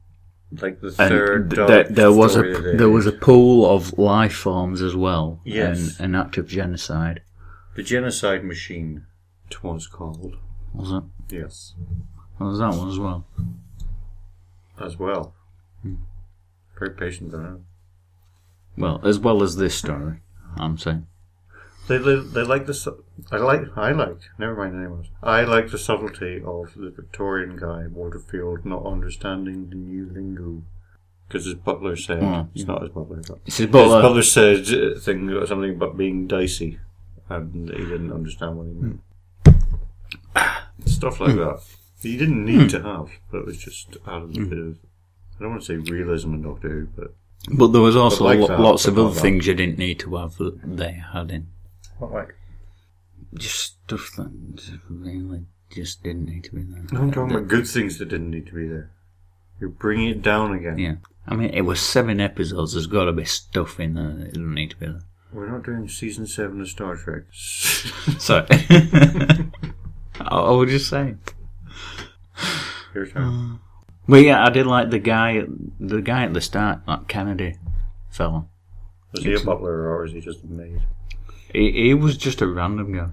Like the third And th- Dalek there, there was a story p- it there was is. a pool of life forms as well. Yes. and an act of genocide The Genocide Machine, it was called. was it? Yes. What was that one as well? As well. Hmm. Very patient, I know. Well, as well as this story, I'm saying. They, they, they like the. su- I like. I like. Never mind anyone. I like the subtlety of the Victorian guy Waterfield not understanding the new lingo. Because his butler said Mm. it's not his butler, but This is his Butler. butler said uh, thing something about being dicey, and he didn't understand what he meant. Stuff like that. He didn't need to have, but it was just added a bit of. I don't want to say realism in Doctor Who, but But there was also like lo- that, lots but of not other that. things you didn't need to have that they had in. like Just stuff that really just didn't need to be there. no, I'm talking about good things that didn't need to be there. You're bringing it down again. Yeah. I mean, it was seven episodes. There's got to be stuff in there that doesn't need to be there. We're not doing season seven of Star Trek. Sorry. I, I was just saying. Your turn. But yeah, I did like the guy, at- the guy at the start, that Kennedy fella. Is he a butler or is he just a maid? He, he was just a random guy.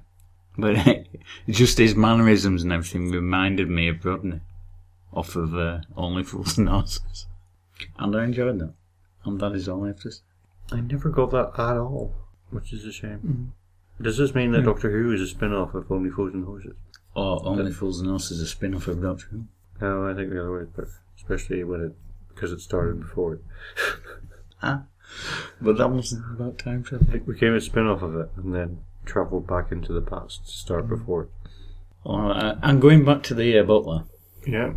But just his mannerisms and everything reminded me of Rodney off of uh, Only Fools and Horses. And I enjoyed that. And that is all I have to say. I never got that at all, which is a shame. Does this mean that Doctor Who is a spin off of Only Fools and Horses? Or Oh, Only Fools and Horses is a spin off of Doctor Who. No, I think the other way, but especially when it because it started before it. But that wasn't about time travel. It became a spin off of it and then travelled back into the past to start before it. Oh, I- I'm going back to the uh, butler. Yeah.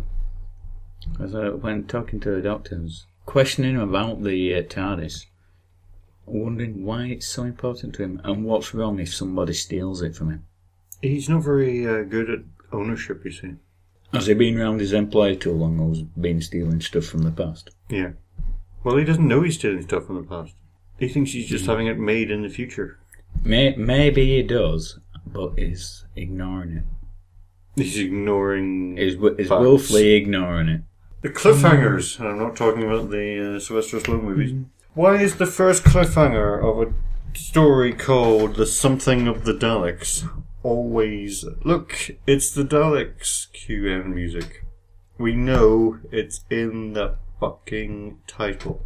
As I went talking to the doctors, questioning him about the uh, TARDIS, wondering why it's so important to him and what's wrong if somebody steals it from him. He's not very uh, good at ownership, you see. Has he been around his employer too long or has he been stealing stuff from the past? Yeah. Well, he doesn't know he's stealing stuff from the past. He thinks he's just having it made in the future. May- maybe he does, but is ignoring it. He's ignoring. Is, wi- is Facts. willfully ignoring it. The cliffhangers. and I'm not talking about the uh, Sylvester Stallone movies. Why is the first cliffhanger of a story called "The Something of the Daleks" always look? It's the Daleks. QM music. We know it's in the fucking title.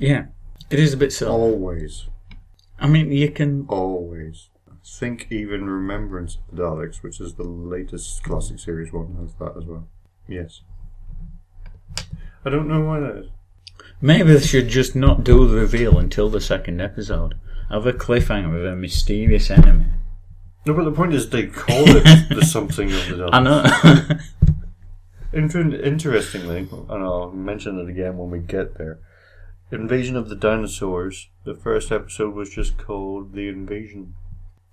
Yeah, it is a bit silly. Always, I mean, you can. always. Think even Remembrance of the Daleks, which is the latest classic series one, has that as well. Yes. I don't know why that is. Maybe they should just not do the reveal until the second episode. Have a cliffhanger with a mysterious enemy. No, but the point is they call it the something of the Daleks. I know. Inter- interestingly, and I'll mention it again when we get there, Invasion of the Dinosaurs, the first episode was just called The Invasion.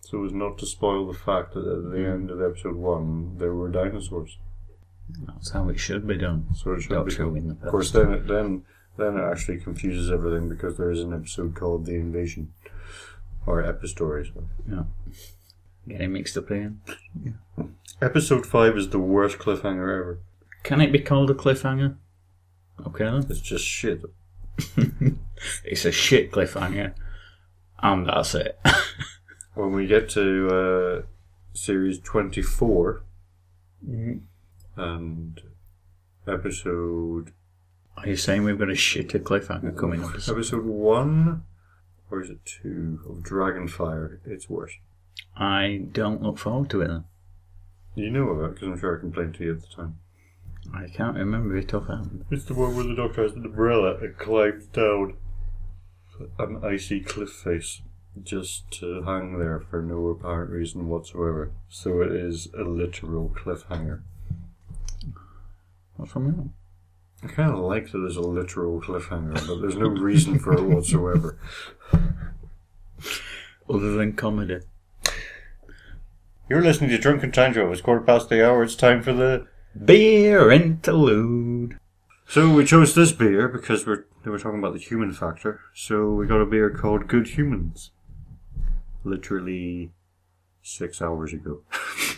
So as not to spoil the fact that at the end of episode one, there were dinosaurs. That's how it should be done. So it should Doctor be Who in the Of course, then it, then, then it actually confuses everything because there is an episode called The Invasion. Or Epistories. Getting mixed up again. Episode 5 is the worst cliffhanger ever. Can it be called a cliffhanger? Okay then. It's just shit. It's a shit cliffhanger, and that's it. When we get to uh, series 24 Mm-hmm. and episode Are you saying we've got a shitter cliffhanger coming up? episode 1 or is it 2 of Dragonfire, it's worse. I don't look forward to it. Then. You know about it because I'm sure I complained to you at the time. I can't remember it offhand. It's the one where the doctor has an umbrella and climbs down an icy cliff face just to hang there for no apparent reason whatsoever. So it is a literal cliffhanger. What's wrong with that? I kind of like that there's a literal cliffhanger, but there's no reason for it whatsoever. Other than comedy. You're listening to Drunken Tango. It's quarter past the hour. It's time for the. Beer interlude. So we chose this beer because we're they were talking about the human factor. So we got a beer called Good Humans. Literally six hours ago.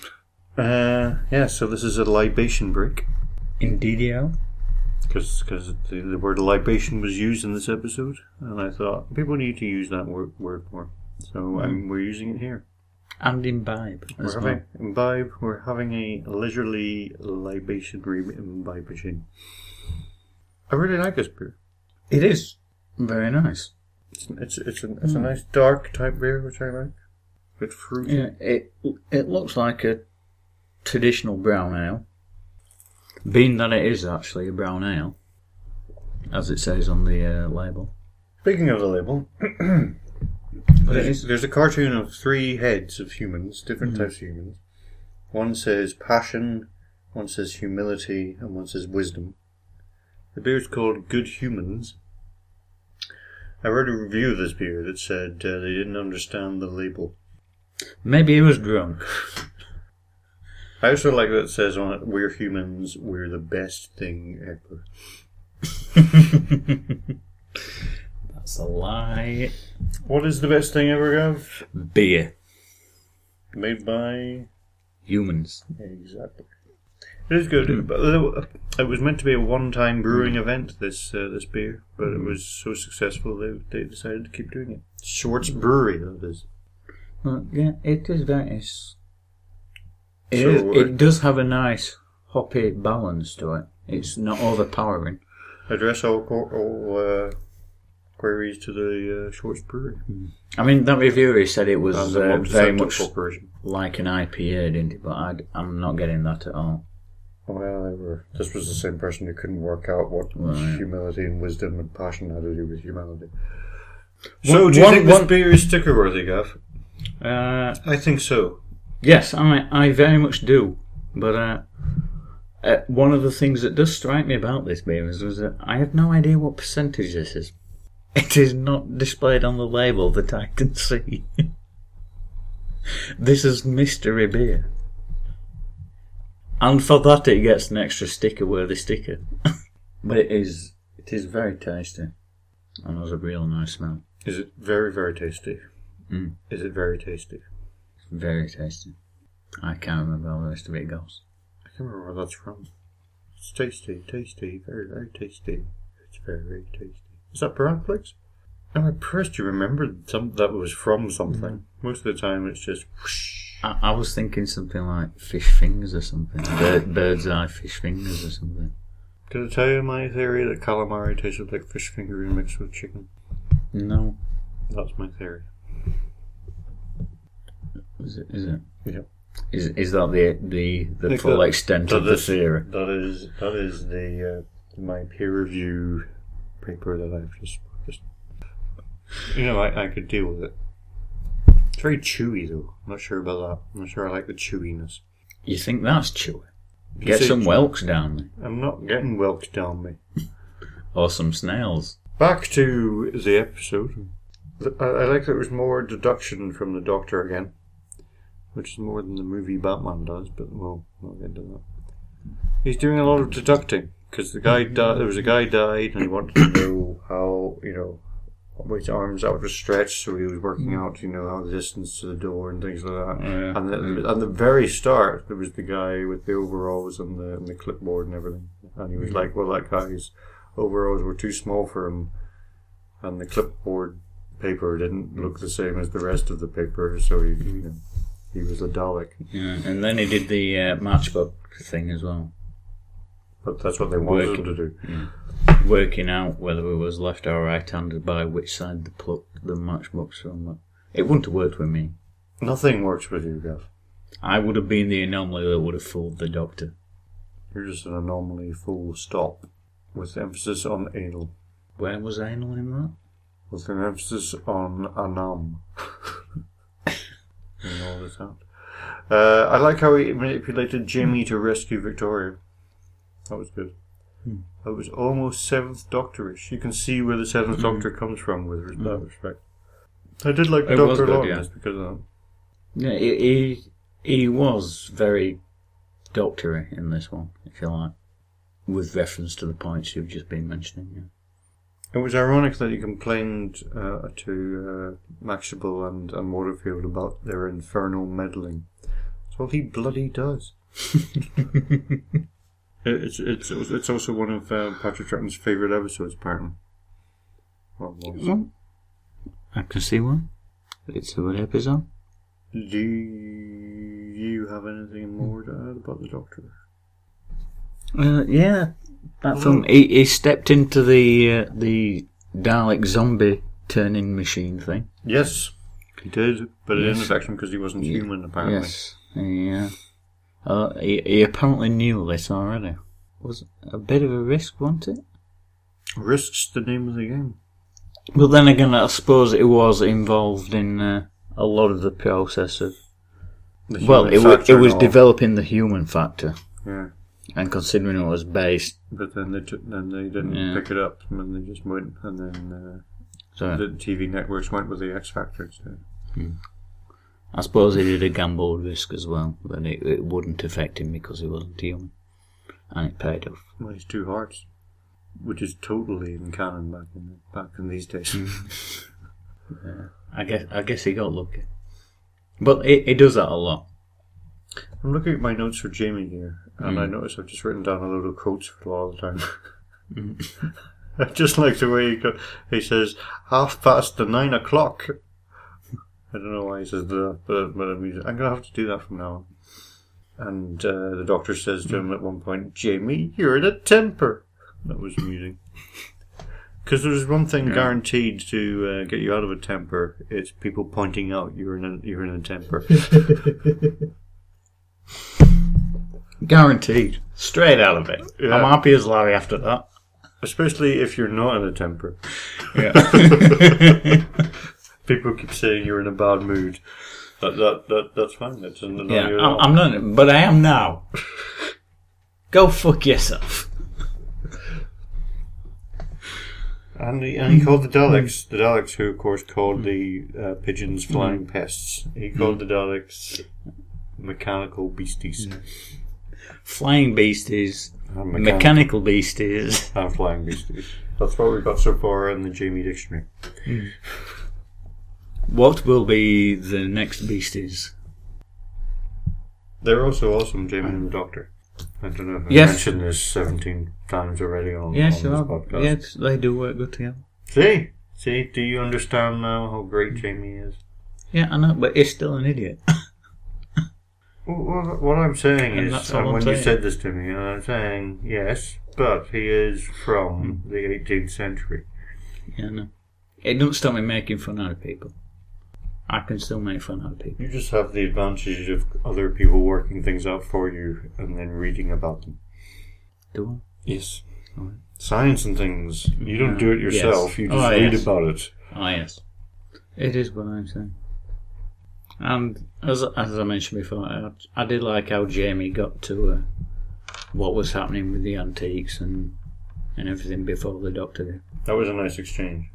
uh, yeah. So this is a libation break Indeedio. because the, the word libation was used in this episode, and I thought people need to use that word, word more. So um, we're using it here. And imbibe as We're well. having imbibe. We're having a leisurely libationary imbibing. I really like this beer. It is. Very nice. It's it's it's, a, it's a nice dark type beer, which I like. bit fruity. Hmm. Yeah, it it looks like a traditional brown ale. Being that it is actually a brown ale, as it says on the uh, label. Speaking of the label, But it there's, is. Hmm. there's a cartoon of three heads of humans, different types of humans. One says passion, one says humility, and one says wisdom. The beer's called Good Humans. I read a review of this beer that said uh, they didn't understand the label. Maybe he was drunk. I also like that it says on it, "We're humans. We're the best thing ever." That's a lie. What is the best thing ever, Gav? Beer. Made by Humans. Exactly. It is good. But It was meant to be a one-time brewing event. This uh, this beer, but it was so successful they they decided to keep doing it. Schwartz Brewery, that is. Well, yeah, it is very nice. It, So, is- uh, it does have a nice hoppy balance to it. It's not overpowering. Address all co- all uh, queries to the uh, Schwartz Brewery. I mean, that reviewer said it was And the uh, Monsanto very much Corporation. like an IPA, didn't it? But i am not getting that at all. Well, Oh, they were. This was the same person who couldn't work out what Right. humility and wisdom and passion had to do with humanity. So, So, One- do do you you one- think think this this one- beer is sticker worthy, Gav? Uh, I think so. yes, I, I very much do. But uh, uh, one of the things that does strike me about this beer is, is that I have no idea what percentage this is. It is not displayed on the label that I can see. this is mystery beer. And for that, it gets an extra sticker worthy sticker. but it is it is very tasty. And has a real nice smell. Is it very, very tasty? Mm. Is it very tasty? Very tasty. I can't remember how the rest of it goes. I can't remember where that's from. It's tasty, tasty, very, very tasty. It's very, very tasty. Is that Paramplex? I'm impressed you remembered some that was from something. Most of the time it's just whoosh. I, I was thinking something like fish fingers or something. Bird, bird's eye fish fingers or something. Did I tell you my theory that calamari tasted like fish fingering mixed with chicken? No. That's my theory. Is it? Is it? Yeah. Is, is that the the, the Like full that- extent So of the this, theory? that is that is the uh, my peer review paper that I've just just you know I, I could deal with it. It's very chewy though. I'm not sure about that. I'm not sure I like the chewiness. You think that's chewy? You Get say- some whelks down there. I'm not getting whelked down me. Or some snails. Back to the episode. The- I, I like that it was more deduction from the Doctor again, which is more than the movie Batman does. But we'll we'll get to that. He's doing a lot of deducting because the guy di- there was a guy died and he wanted to know how you know with his arms out was stretched, so he was working out you know how the distance to the door and things like that. Oh, Yeah. And at the, at the very start, there was the guy with the overalls and the, and the clipboard and everything, and he was like, "Well, that guy's overalls were too small for him." and the clipboard paper didn't look the same as the rest of the paper, so he you know, he was a Dalek. Yeah. And then he did the uh, matchbook thing as well, But that's what they wanted him to do. working out whether we was left or right-handed by which side the pluck the matchbook's from. It wouldn't have worked with me. Nothing works with you, Gav. I would have been the anomaly that would have fooled the doctor. You're just an anomaly, full stop, with emphasis on anal, Where was anal in that? with an emphasis on anum. and all this out. Uh, I like how he manipulated Jimmy to rescue Victoria. That was good. Hmm. That was almost Seventh Doctorish. You can see where the Hmm. Seventh Doctor comes from with res- that respect. I did like the It was Doctor a good, lot yeah. just because of that. Yeah, he he, he was very doctory in this one, if you like, with reference to the points you've just been mentioning. Yeah. It was ironic that he complained uh, to uh, Maxwell and, and Waterfield about their infernal meddling. That's all he bloody does. It- it's, it's, it's also one of uh, Patrick Troughton's favourite episodes, apparently. Well, well, I can see one. It's a good episode. do you have anything more to add about the Doctor? Uh, yeah, that film. He, he stepped into the uh, the Dalek zombie turning machine thing. Yes, he did, but it Yes. didn't affect him because he wasn't human, apparently. Yes. Yeah. Uh, he, he apparently knew this already. Was a bit of a risk, wasn't it? Risks the name of the game. But then again, I suppose it was involved in uh, a lot of the process of. The Well, human it, wa factor it and was all. developing the human factor, Yeah. and considering it was based, But then they took, then they didn't Yeah. pick it up, and then they just went, and then uh, so the TV networks went with the X Factor. So. I suppose he did a gamble risk as well. That it, it wouldn't affect him because he wasn't human, and it paid off. Well, it's two hearts, which is totally in canon back in back in these days. I guess I guess he got lucky, but he, he does that a lot. I'm looking at my notes for Jamie here, and I notice I've just written down a load of quotes for all the time. I just like the way he, go, he says half past the nine o'clock. I don't know why he says that, but, but I'm, using- I'm gonna have to do that from now on. And uh, the doctor says to him at one point, "Jamie, you're in a temper." That was amusing. Because there's one thing guaranteed to uh, get you out of a temper. It's people pointing out you're in a you're in a temper. Guaranteed, straight out of it. Yeah. I'm happy as Larry after that. Especially if you're not in a temper. Yeah. People keep saying you're in a bad mood. That, that, that, that's fine. That doesn't annoy Yeah, you at I'm, all. I'm not, but I am now. Go fuck yourself. And, he, and he called the Hmm. Daleks, the Daleks who, of course, called the uh, pigeons flying pests. He Hmm. called the Daleks mechanical beasties. Flying beasties, And mechanical, mechanical beasties. and uh, flying beasties. That's what we've got so far in the Jamie Dictionary. What will be the next beasties? They're also awesome, Jamie and the Doctor. I don't know if I Yes. mentioned this 17 times already on, on Yes, you this are. podcast. yes, they do work good together. See? See? Do you understand now how great Jamie is? Yeah, I know, but he's still an idiot. Well, What what I'm saying And is, that's and all I'm when you saying. said this to me, and I'm saying yes, but he is from Hmm. the 18th century. yeah, no. It doesn't stop me making fun out of people. I can still make fun out of people. You just have the advantage of other people working things out for you and then reading about them. Do Yes. Alright. Science and things. You don't do it Yes. yourself. You just Oh, read yes. about it. I? Ah, yes. It is what I'm saying. And as as I mentioned before, I, I did like how Jamie got to uh, what was happening with the antiques and and everything before the doctor did. That was a nice exchange.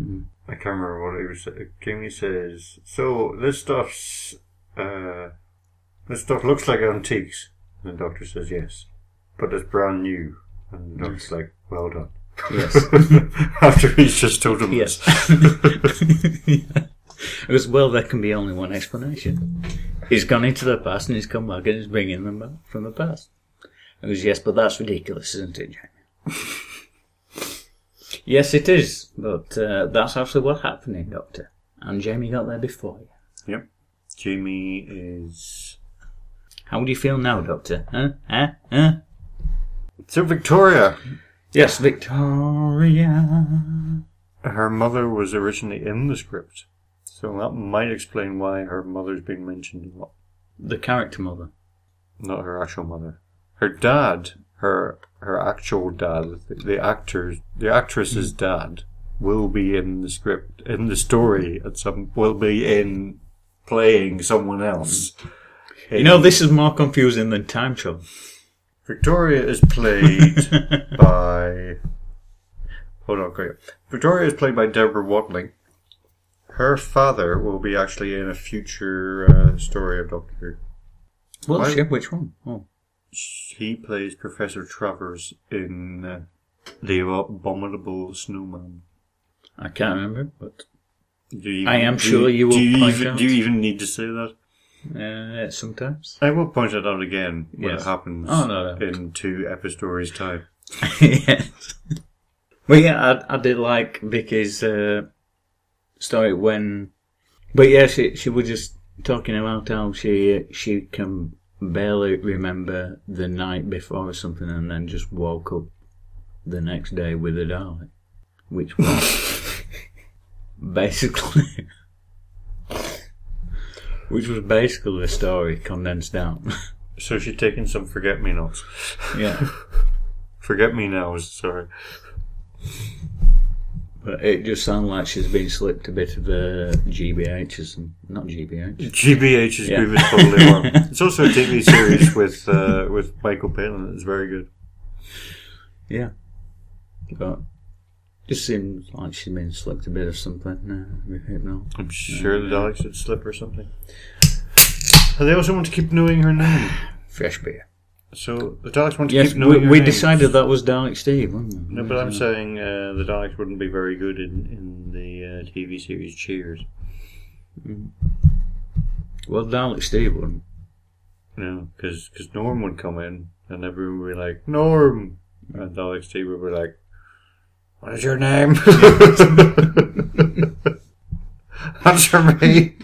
Mm. I can't remember what it was. Jamie says, "So this stuff's uh, this stuff looks like antiques." And the doctor says, "Yes, but it's brand new." And the doctor's like, "Well done." Yes. After he's just told him, Yes. As well, there can be only one explanation. He's gone into the past and he's come back and he's bringing them back from the past. It was yes, but that's ridiculous, isn't it, Jamie? Yes, it is. But uh, that's actually what's happening, Doctor. And Jamie got there before you. Yep. Jamie is. How do you feel now, Doctor? Huh? Huh? Huh? So, Victoria! Yes, Victoria. Her mother was originally in the script. So that might explain why her mother's been mentioned a lot. The character mother. Not her actual mother. Her dad, her her actual dad, the, the actor's the actress's dad, will be in the script in the story at some will be in playing someone else. You know, this is more confusing than time travel. Victoria is played by. Hold on, great. Victoria is played by Deborah Watling. Her father will be actually in a future uh, story of Doctor Who. Well, Why- shit, which one? Oh. He plays Professor Travers in uh, The Abominable Snowman. I can't remember, but Do you, I am do sure you will Do you, point even, out. do you even need to say that? uh, sometimes. I will point it out again when Yes. it happens Oh, no, no. in two epistories time. yes. But yeah, I, I did like Vicky's uh, story when. But yeah, she she was just talking about how she she can barely remember the night before or something, and then just woke up the next day with a Dalek, which was basically. Which was basically the story condensed down. So she's taken some forget me nots. yeah. Forget me nows, sorry. But it just sounds like she's been slipped a bit of uh, GBH or some, not GBH. GBH is Yeah. Grievous Bodily Harm. It's also a TV series with uh, with Michael Palin. It's very good. Yeah. But just seems like she's been slipped a bit of something uh, with hypno. I'm sure the Mm. Daleks would slip or something. And they also want to keep knowing her name. Fresh beer. So the Daleks want to Yes, keep knowing we, her we name. decided that was Dalek Steve, wasn't we? No, but I'm saying uh, the Daleks wouldn't be very good in, in the uh, TV series Cheers. Well, Dalek Steve wasn't. No, because Norm would come in and everyone would be like, Norm! And Dalek Steve would be like, What is your name? Answer me!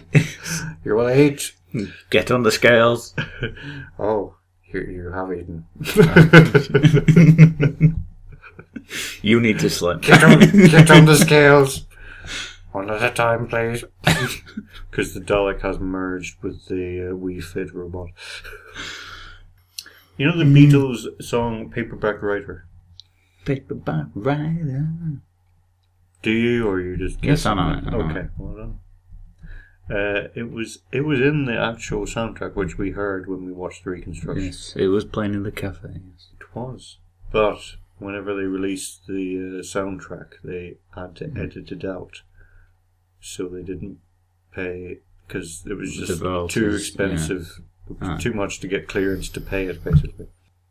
You will eat! Get on the scales. Oh, you, you have eaten. You need to slip. Get on, get on the scales! One at a time, please. Because the Dalek has merged with the uh, Wii Fit robot. You Hmm. know the Beatles song Paperback Writer? Paperback rider. Do you, or you just? Yes, I know guessing? it, I know Okay, well done. Uh, it was it was in the actual soundtrack which we heard when we watched the reconstruction. Yes, it was playing in the cafe. yes. It was, but whenever they released the uh, soundtrack, they had Mm-hmm. to edit it out, so they didn't pay because it was The just royalties, too yeah. expensive, Ah. too much to get clearance to pay it basically.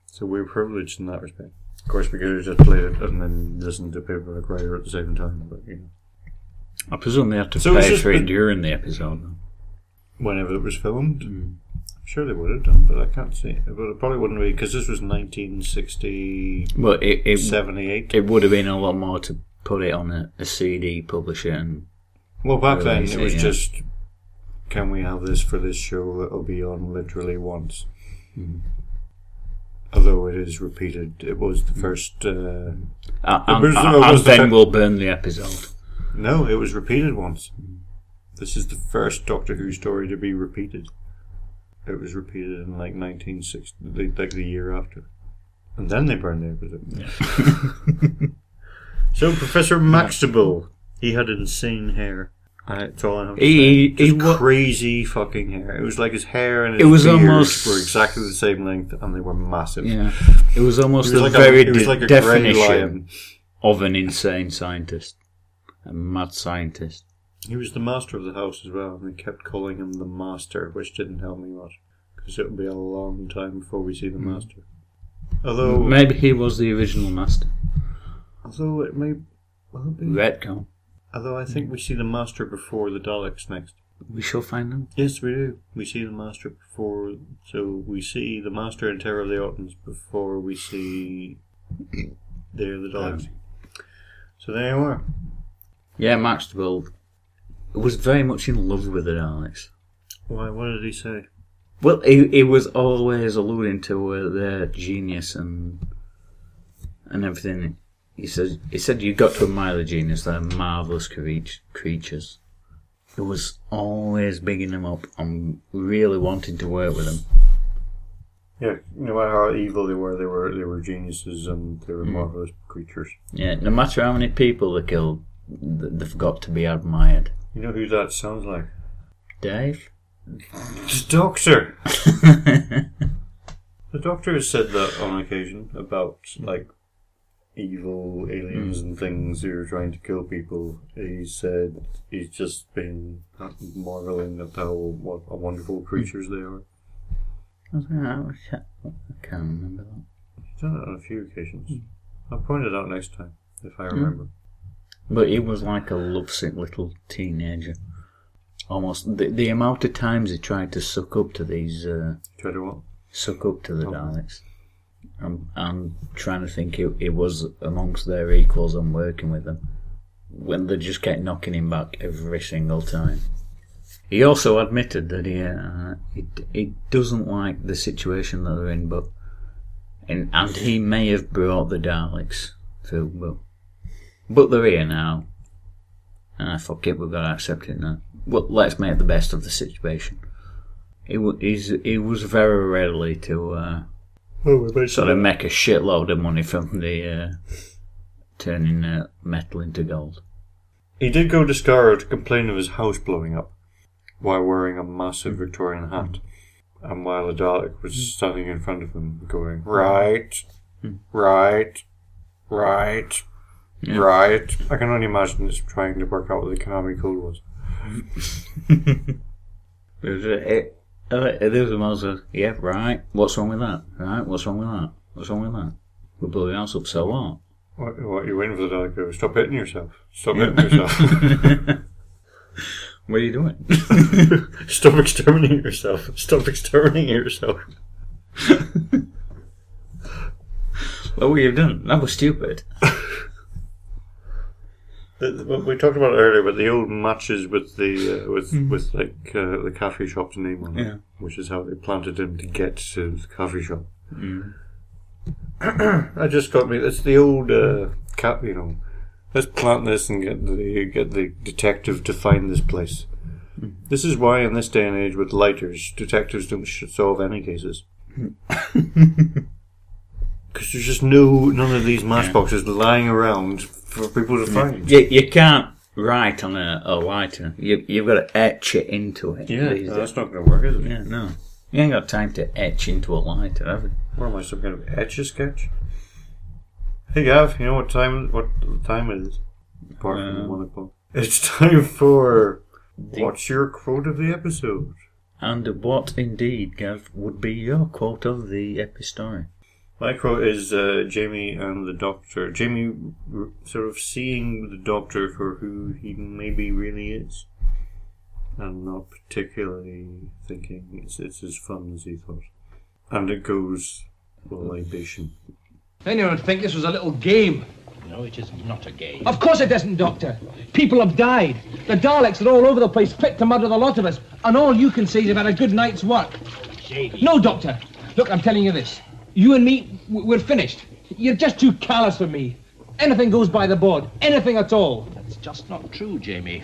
So we were privileged in that respect. Of course, we could have just played it and then listened to Paperback Writer at the same time, but you know. I presume they had to So it's pay just for it been- during the episode. though. whenever it was filmed. I'm sure they would have done, but I can't see. But it probably wouldn't be because this was 1978. Well, it, it it would have been a lot more to put it on a, a CD publisher and Well, back Really, then yeah. it was just, can we have this for this show that'll be on literally once? Hmm. Although it is repeated, it was Hmm. the first. Uh, and, was- it was and, and the then fa- we'll burn the episode. no, it was repeated once. This is the first Doctor Who story to be repeated. It was repeated in like 1960, like like the year after. And then they burned the episode. So Professor Maxtable, he had insane hair. I, that's all I have to He- say. Just he wa- crazy fucking hair. It was like his hair and his It was beard almost- were exactly the same length, and they were massive. yeah, it was almost He was the like very a, he was de- like a grey definition lion. of an insane scientist, a mad scientist. He was the master of the house as well, and they kept calling him the master, which didn't help me much because it'll be a long time before we see the master. Although, Maybe he was the original master. although it may, well, it be, Retcon. although I think we see the master before the Daleks next. We shall find out. Yes, we do. We see the master before, so we see the master and Terror of the Autons before we see they're the dogs. So there you are. Yeah, Maxwell was very much in love with the Daleks. Why? What did he say? Well, he, he was always alluding to uh, their genius and and everything. He says he said you got to admire the genius. They're marvelous cre- creatures. He was always bigging them up and really wanting to work with them. Yeah, no matter how evil they were, they were they were geniuses and they were marvelous creatures. Yeah, no matter how many people they killed, th- they've got to be admired. You know who that sounds like? Dave. The Doctor. The Doctor has said that on occasion about like evil aliens and things who are trying to kill people. He said he's just been marveling at how what a wonderful creatures they are. I was like, "Oh, shit." I can't remember that. He's done it on a few occasions. I'll point it out next time if I remember. But he was like a lovesick little teenager. Almost the, the amount of times he tried to suck up to these, uh, Try to what? suck up to the Daleks. I'm, I'm trying to think it, it was amongst their equals and working with them when they just kept knocking him back every single time. He also admitted that he, uh, he, he doesn't like the situation that they're in, but and, and he may have brought the Daleks through, but but they're here now. Ah, fuck it, we've got to accept it now. Well, let's make the best of the situation. He, wa- he's, he was very readily to uh, Well, we sort of make a shitload of money from the uh, turning uh, metal into gold. He did go to Scaro to complain of his house blowing up while wearing a massive Victorian hat, and while a Dalek was standing in front of him going, Right, right, right, Yeah. right. I can only imagine it's trying to work out what the Konami code was. It was, uh, it, uh, there was a mouse, uh, yeah, right, what's wrong with that? Right, what's wrong with that? What's wrong with that? We blew the house up, so what? What, what you waiting for the Dalek to go, Stop hitting yourself. Stop hitting yourself. What are you doing? Stop exterminating yourself. Stop exterminating yourself. what would you have done? That was stupid. The- the- what we talked about earlier, but the old matches with the uh, with with like uh, the coffee shop's name on it, Yeah. which is how they planted him to get to the coffee shop. I just got me. It's the old uh, cat, you know. Let's plant this and get the get the detective to find this place. This is why, in this day and age, with lighters, detectives don't sh- solve any cases. Because there's just no none of these matchboxes lying around for people to find. You, you can't write on a, a lighter. You, you've got to etch it into it. Yeah, these no, days. that's not going to work, is it? yeah, no. You ain't got time to etch into a lighter, have you? What am I some kind of etch a sketch? Hey Gav, you know what time what time it is? Apart Uh, from one o'clock, it's time for what's your quote of the episode? And what indeed, Gav, would be your quote of the epistory? My quote is uh, Jamie and the Doctor. Jamie r- sort of seeing the Doctor for who he maybe really is, and not particularly thinking it's, it's as fun as he thought. And it goes for libation. Anyone think this was a little game? No, it is not a game. Of course it isn't, Doctor. People have died. The Daleks are all over the place, fit to murder the lot of us. And all you can say is you've had a good night's work. Jamie. No, Doctor. Look, I'm telling you this. You and me, w- we're finished. You're just too callous for me. Anything goes by the board. Anything at all. That's just not true, Jamie.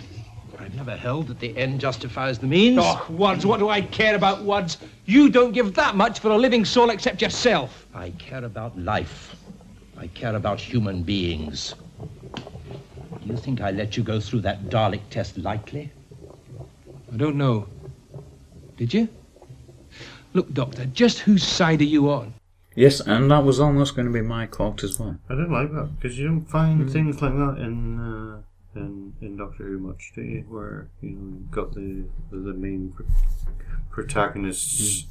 I've never held that the end justifies the means. Oh, words. What do I care about words? You don't give that much for a living soul except yourself. I care about life. I care about human beings. Do you think I let you go through that Dalek test lightly? I don't know. Did you? Look, Doctor, just whose side are you on? Yes, and that was almost going to be my quote as well. I didn't like that because you don't find things like that in uh, in in Doctor Who much, do you? Where you know you've got the the main pr- protagonists.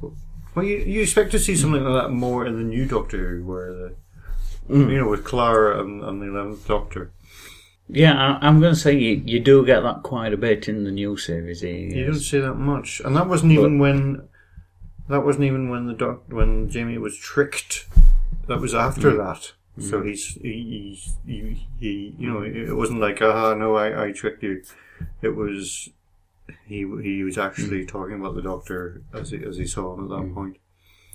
Well, you, you expect to see something like that more in the new Doctor Who, where the you know with Clara and, and the Eleventh Doctor. Yeah, I, I'm going to say you, you do get that quite a bit in the new series. eh, You yes. don't see that much, and that wasn't even when that wasn't even when the doc when Jamie was tricked. That was after that. So he's he, he, he you know it wasn't like aha no I, I tricked you, it was he he was actually talking about the doctor as he, as he saw him at that point.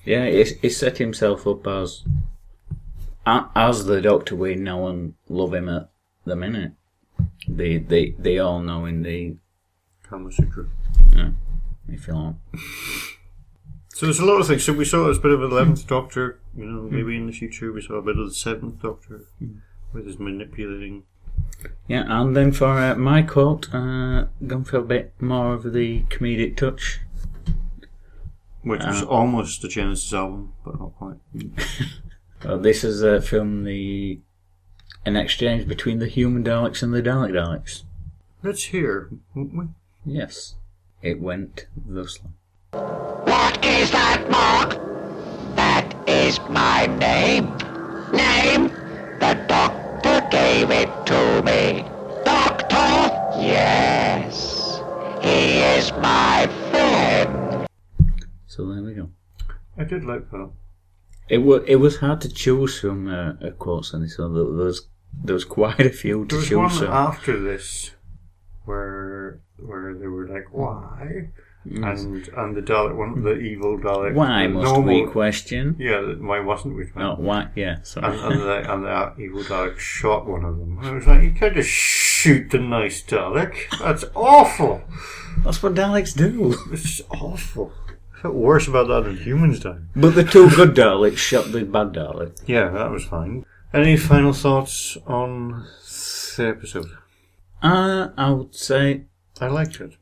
Yeah, he, he set himself up as a- as the Doctor we know and love him at the minute. The the the all knowing the Kama Sutra. if you like. So there's a lot of things. So we saw as a bit of eleventh Doctor. You know maybe in the future we saw a bit of the seventh Doctor with his manipulating. Yeah, and then for uh, my quote, uh, gone for a bit more of the comedic touch. Which was almost the Genesis album, but not quite. Uh, this is uh, from the an exchange between the human Daleks and the Dalek Daleks. Let's hear, won't we? Yes, it went thusly. What is that mark? That is my name. Name? The doctor gave it to me. Doctor? Yes. He is my friend. So there we go. I did like that. It was it was hard to choose from uh, uh, quotes on this one. There there was there was quite a few There to was one uh, choose from. after this where where they were like, why? And and the Dalek one, the evil Dalek. Mm. Why the must we question? Yeah, Uh, the- why wasn't we? Oh, why? Yeah, sorry. And, and, the, and the evil Dalek shot one of them. And I was like, you can't just shoot the nice Dalek. That's awful. That's what Daleks do. It's awful. I felt worse about that than humans do. But the two good Daleks shot the bad Dalek. Yeah, that was fine. Any final thoughts on the episode? Uh, I would say I liked it.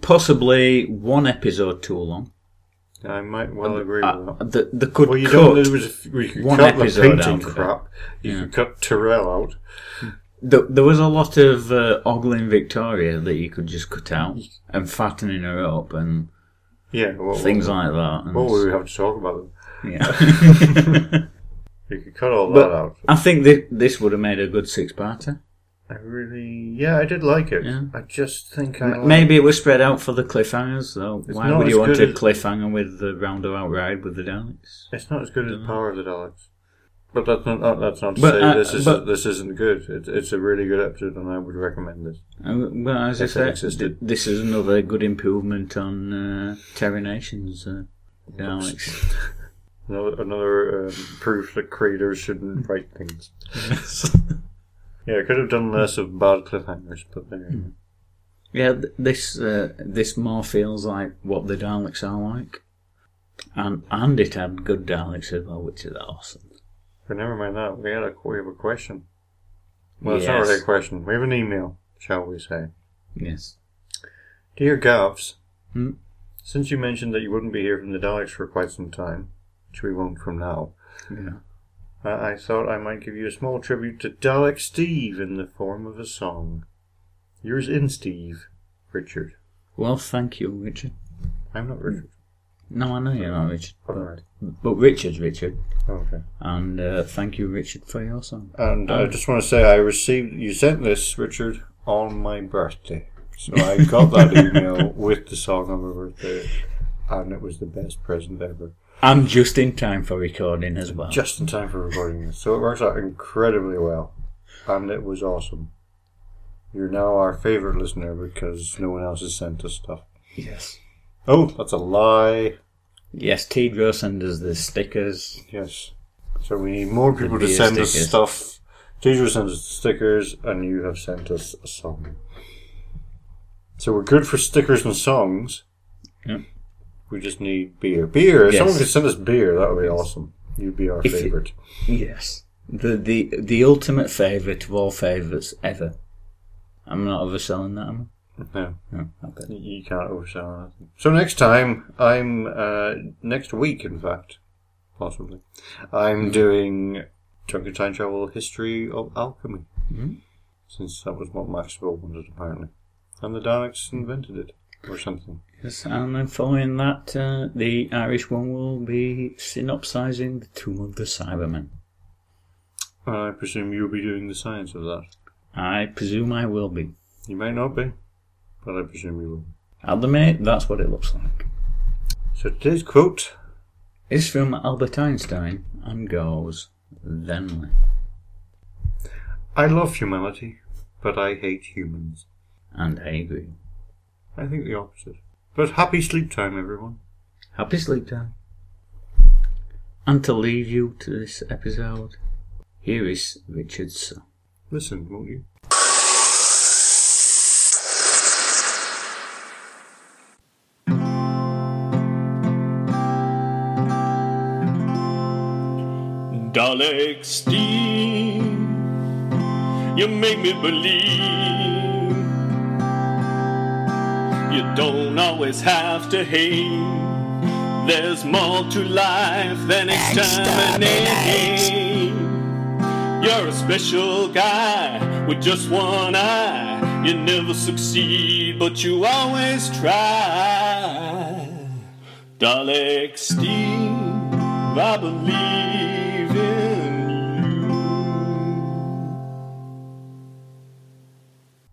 possibly one episode too long. I might well agree with that. Uh, the, the could Well, you cut don't. There was a, we could one cut the episode painting out of it. crap. You could cut Terrell out. There, there was a lot of uh, ogling Victoria that you could just cut out and fattening her up and Yeah, what, things What, like that. And what would we have to talk about? yeah. You could cut all But- that out. I think this, this would have made a good six-parter. I really, yeah, I did like it. Yeah. I just think I like- Maybe it was spread out for the cliffhangers, so why not would as you want good a as- cliffhanger with the roundabout ride with the Daleks? it's not as good as Power of the Daleks. But that's not that- that's not to But, say uh, this is but- this isn't good. It, it's a really good episode, and I would recommend this. Uh, Well, as I If it said, existed. th- this is another good improvement on uh, Terry Nation's uh, Daleks. Another, another um, proof that creators shouldn't write things. Yeah, I could have done less of bad cliffhangers, but there. you go. Yeah, th- this uh, this more feels like what the Daleks are like, and and it had good Daleks as well, which is awesome. But never mind that. We had a we have a question. Well, it's not Yes. really a question. We have an email, shall we say? Yes, Dear Gavs, Hmm? since you mentioned that you wouldn't be here from the Daleks for quite some time, which we won't from now, yeah, I, I thought I might give you a small tribute to Dalek Steve in the form of a song. Yours in Steve, Richard. Well, thank you, Richard. I'm not Richard. No, I know you're not Richard, Alright. but, but Richard's Richard, Okay. and uh, thank you, Richard, for your song. And I just want to say I received you sent this, Richard, on my birthday. So I got that email with the song on my birthday and it was the best present ever. I'm just in time for recording as well. Just in time for recording this. So it works out incredibly well. And it was awesome. You're now our favorite listener because no one else has sent us stuff. yes, Oh, that's a lie. yes, Tidro sends us the stickers. Yes. So we need more people to beer send us stickers. stuff. Teacher sends us stickers, and you have sent us a song. So we're good for stickers and songs. Yep. We just need beer. Beer. If Yes. someone could send us beer, that would be awesome. You'd be our If it- favorite. Yes, the the the ultimate favourite of all favourites ever. I'm not overselling that, am No, I? No, okay. you can't oversell that. So next time, I'm uh, next week, in fact, possibly, I'm doing Drunken Time Travel History of Alchemy. since that was what Max Bill wanted, apparently. And the Daleks invented it, or something. Yes, and then following that, uh, the Irish one will be synopsizing the Tomb of the Cybermen. And I presume you'll be doing the science of that. I presume I will be. You may not be, but I presume you will. At the minute, that's what it looks like. So today's quote It's from Albert Einstein and goes, Then I love humanity, but I hate humans. And I agree. I think the opposite. But happy sleep time, everyone. Happy sleep time. And to lead you to this episode, here is Richard's song. Listen, won't you? Dalek Steve. You make me believe you don't always have to hate. There's more to life than exterminating. You're a special guy with just one eye. You never succeed, but you always try. Dalek Steve, I believe.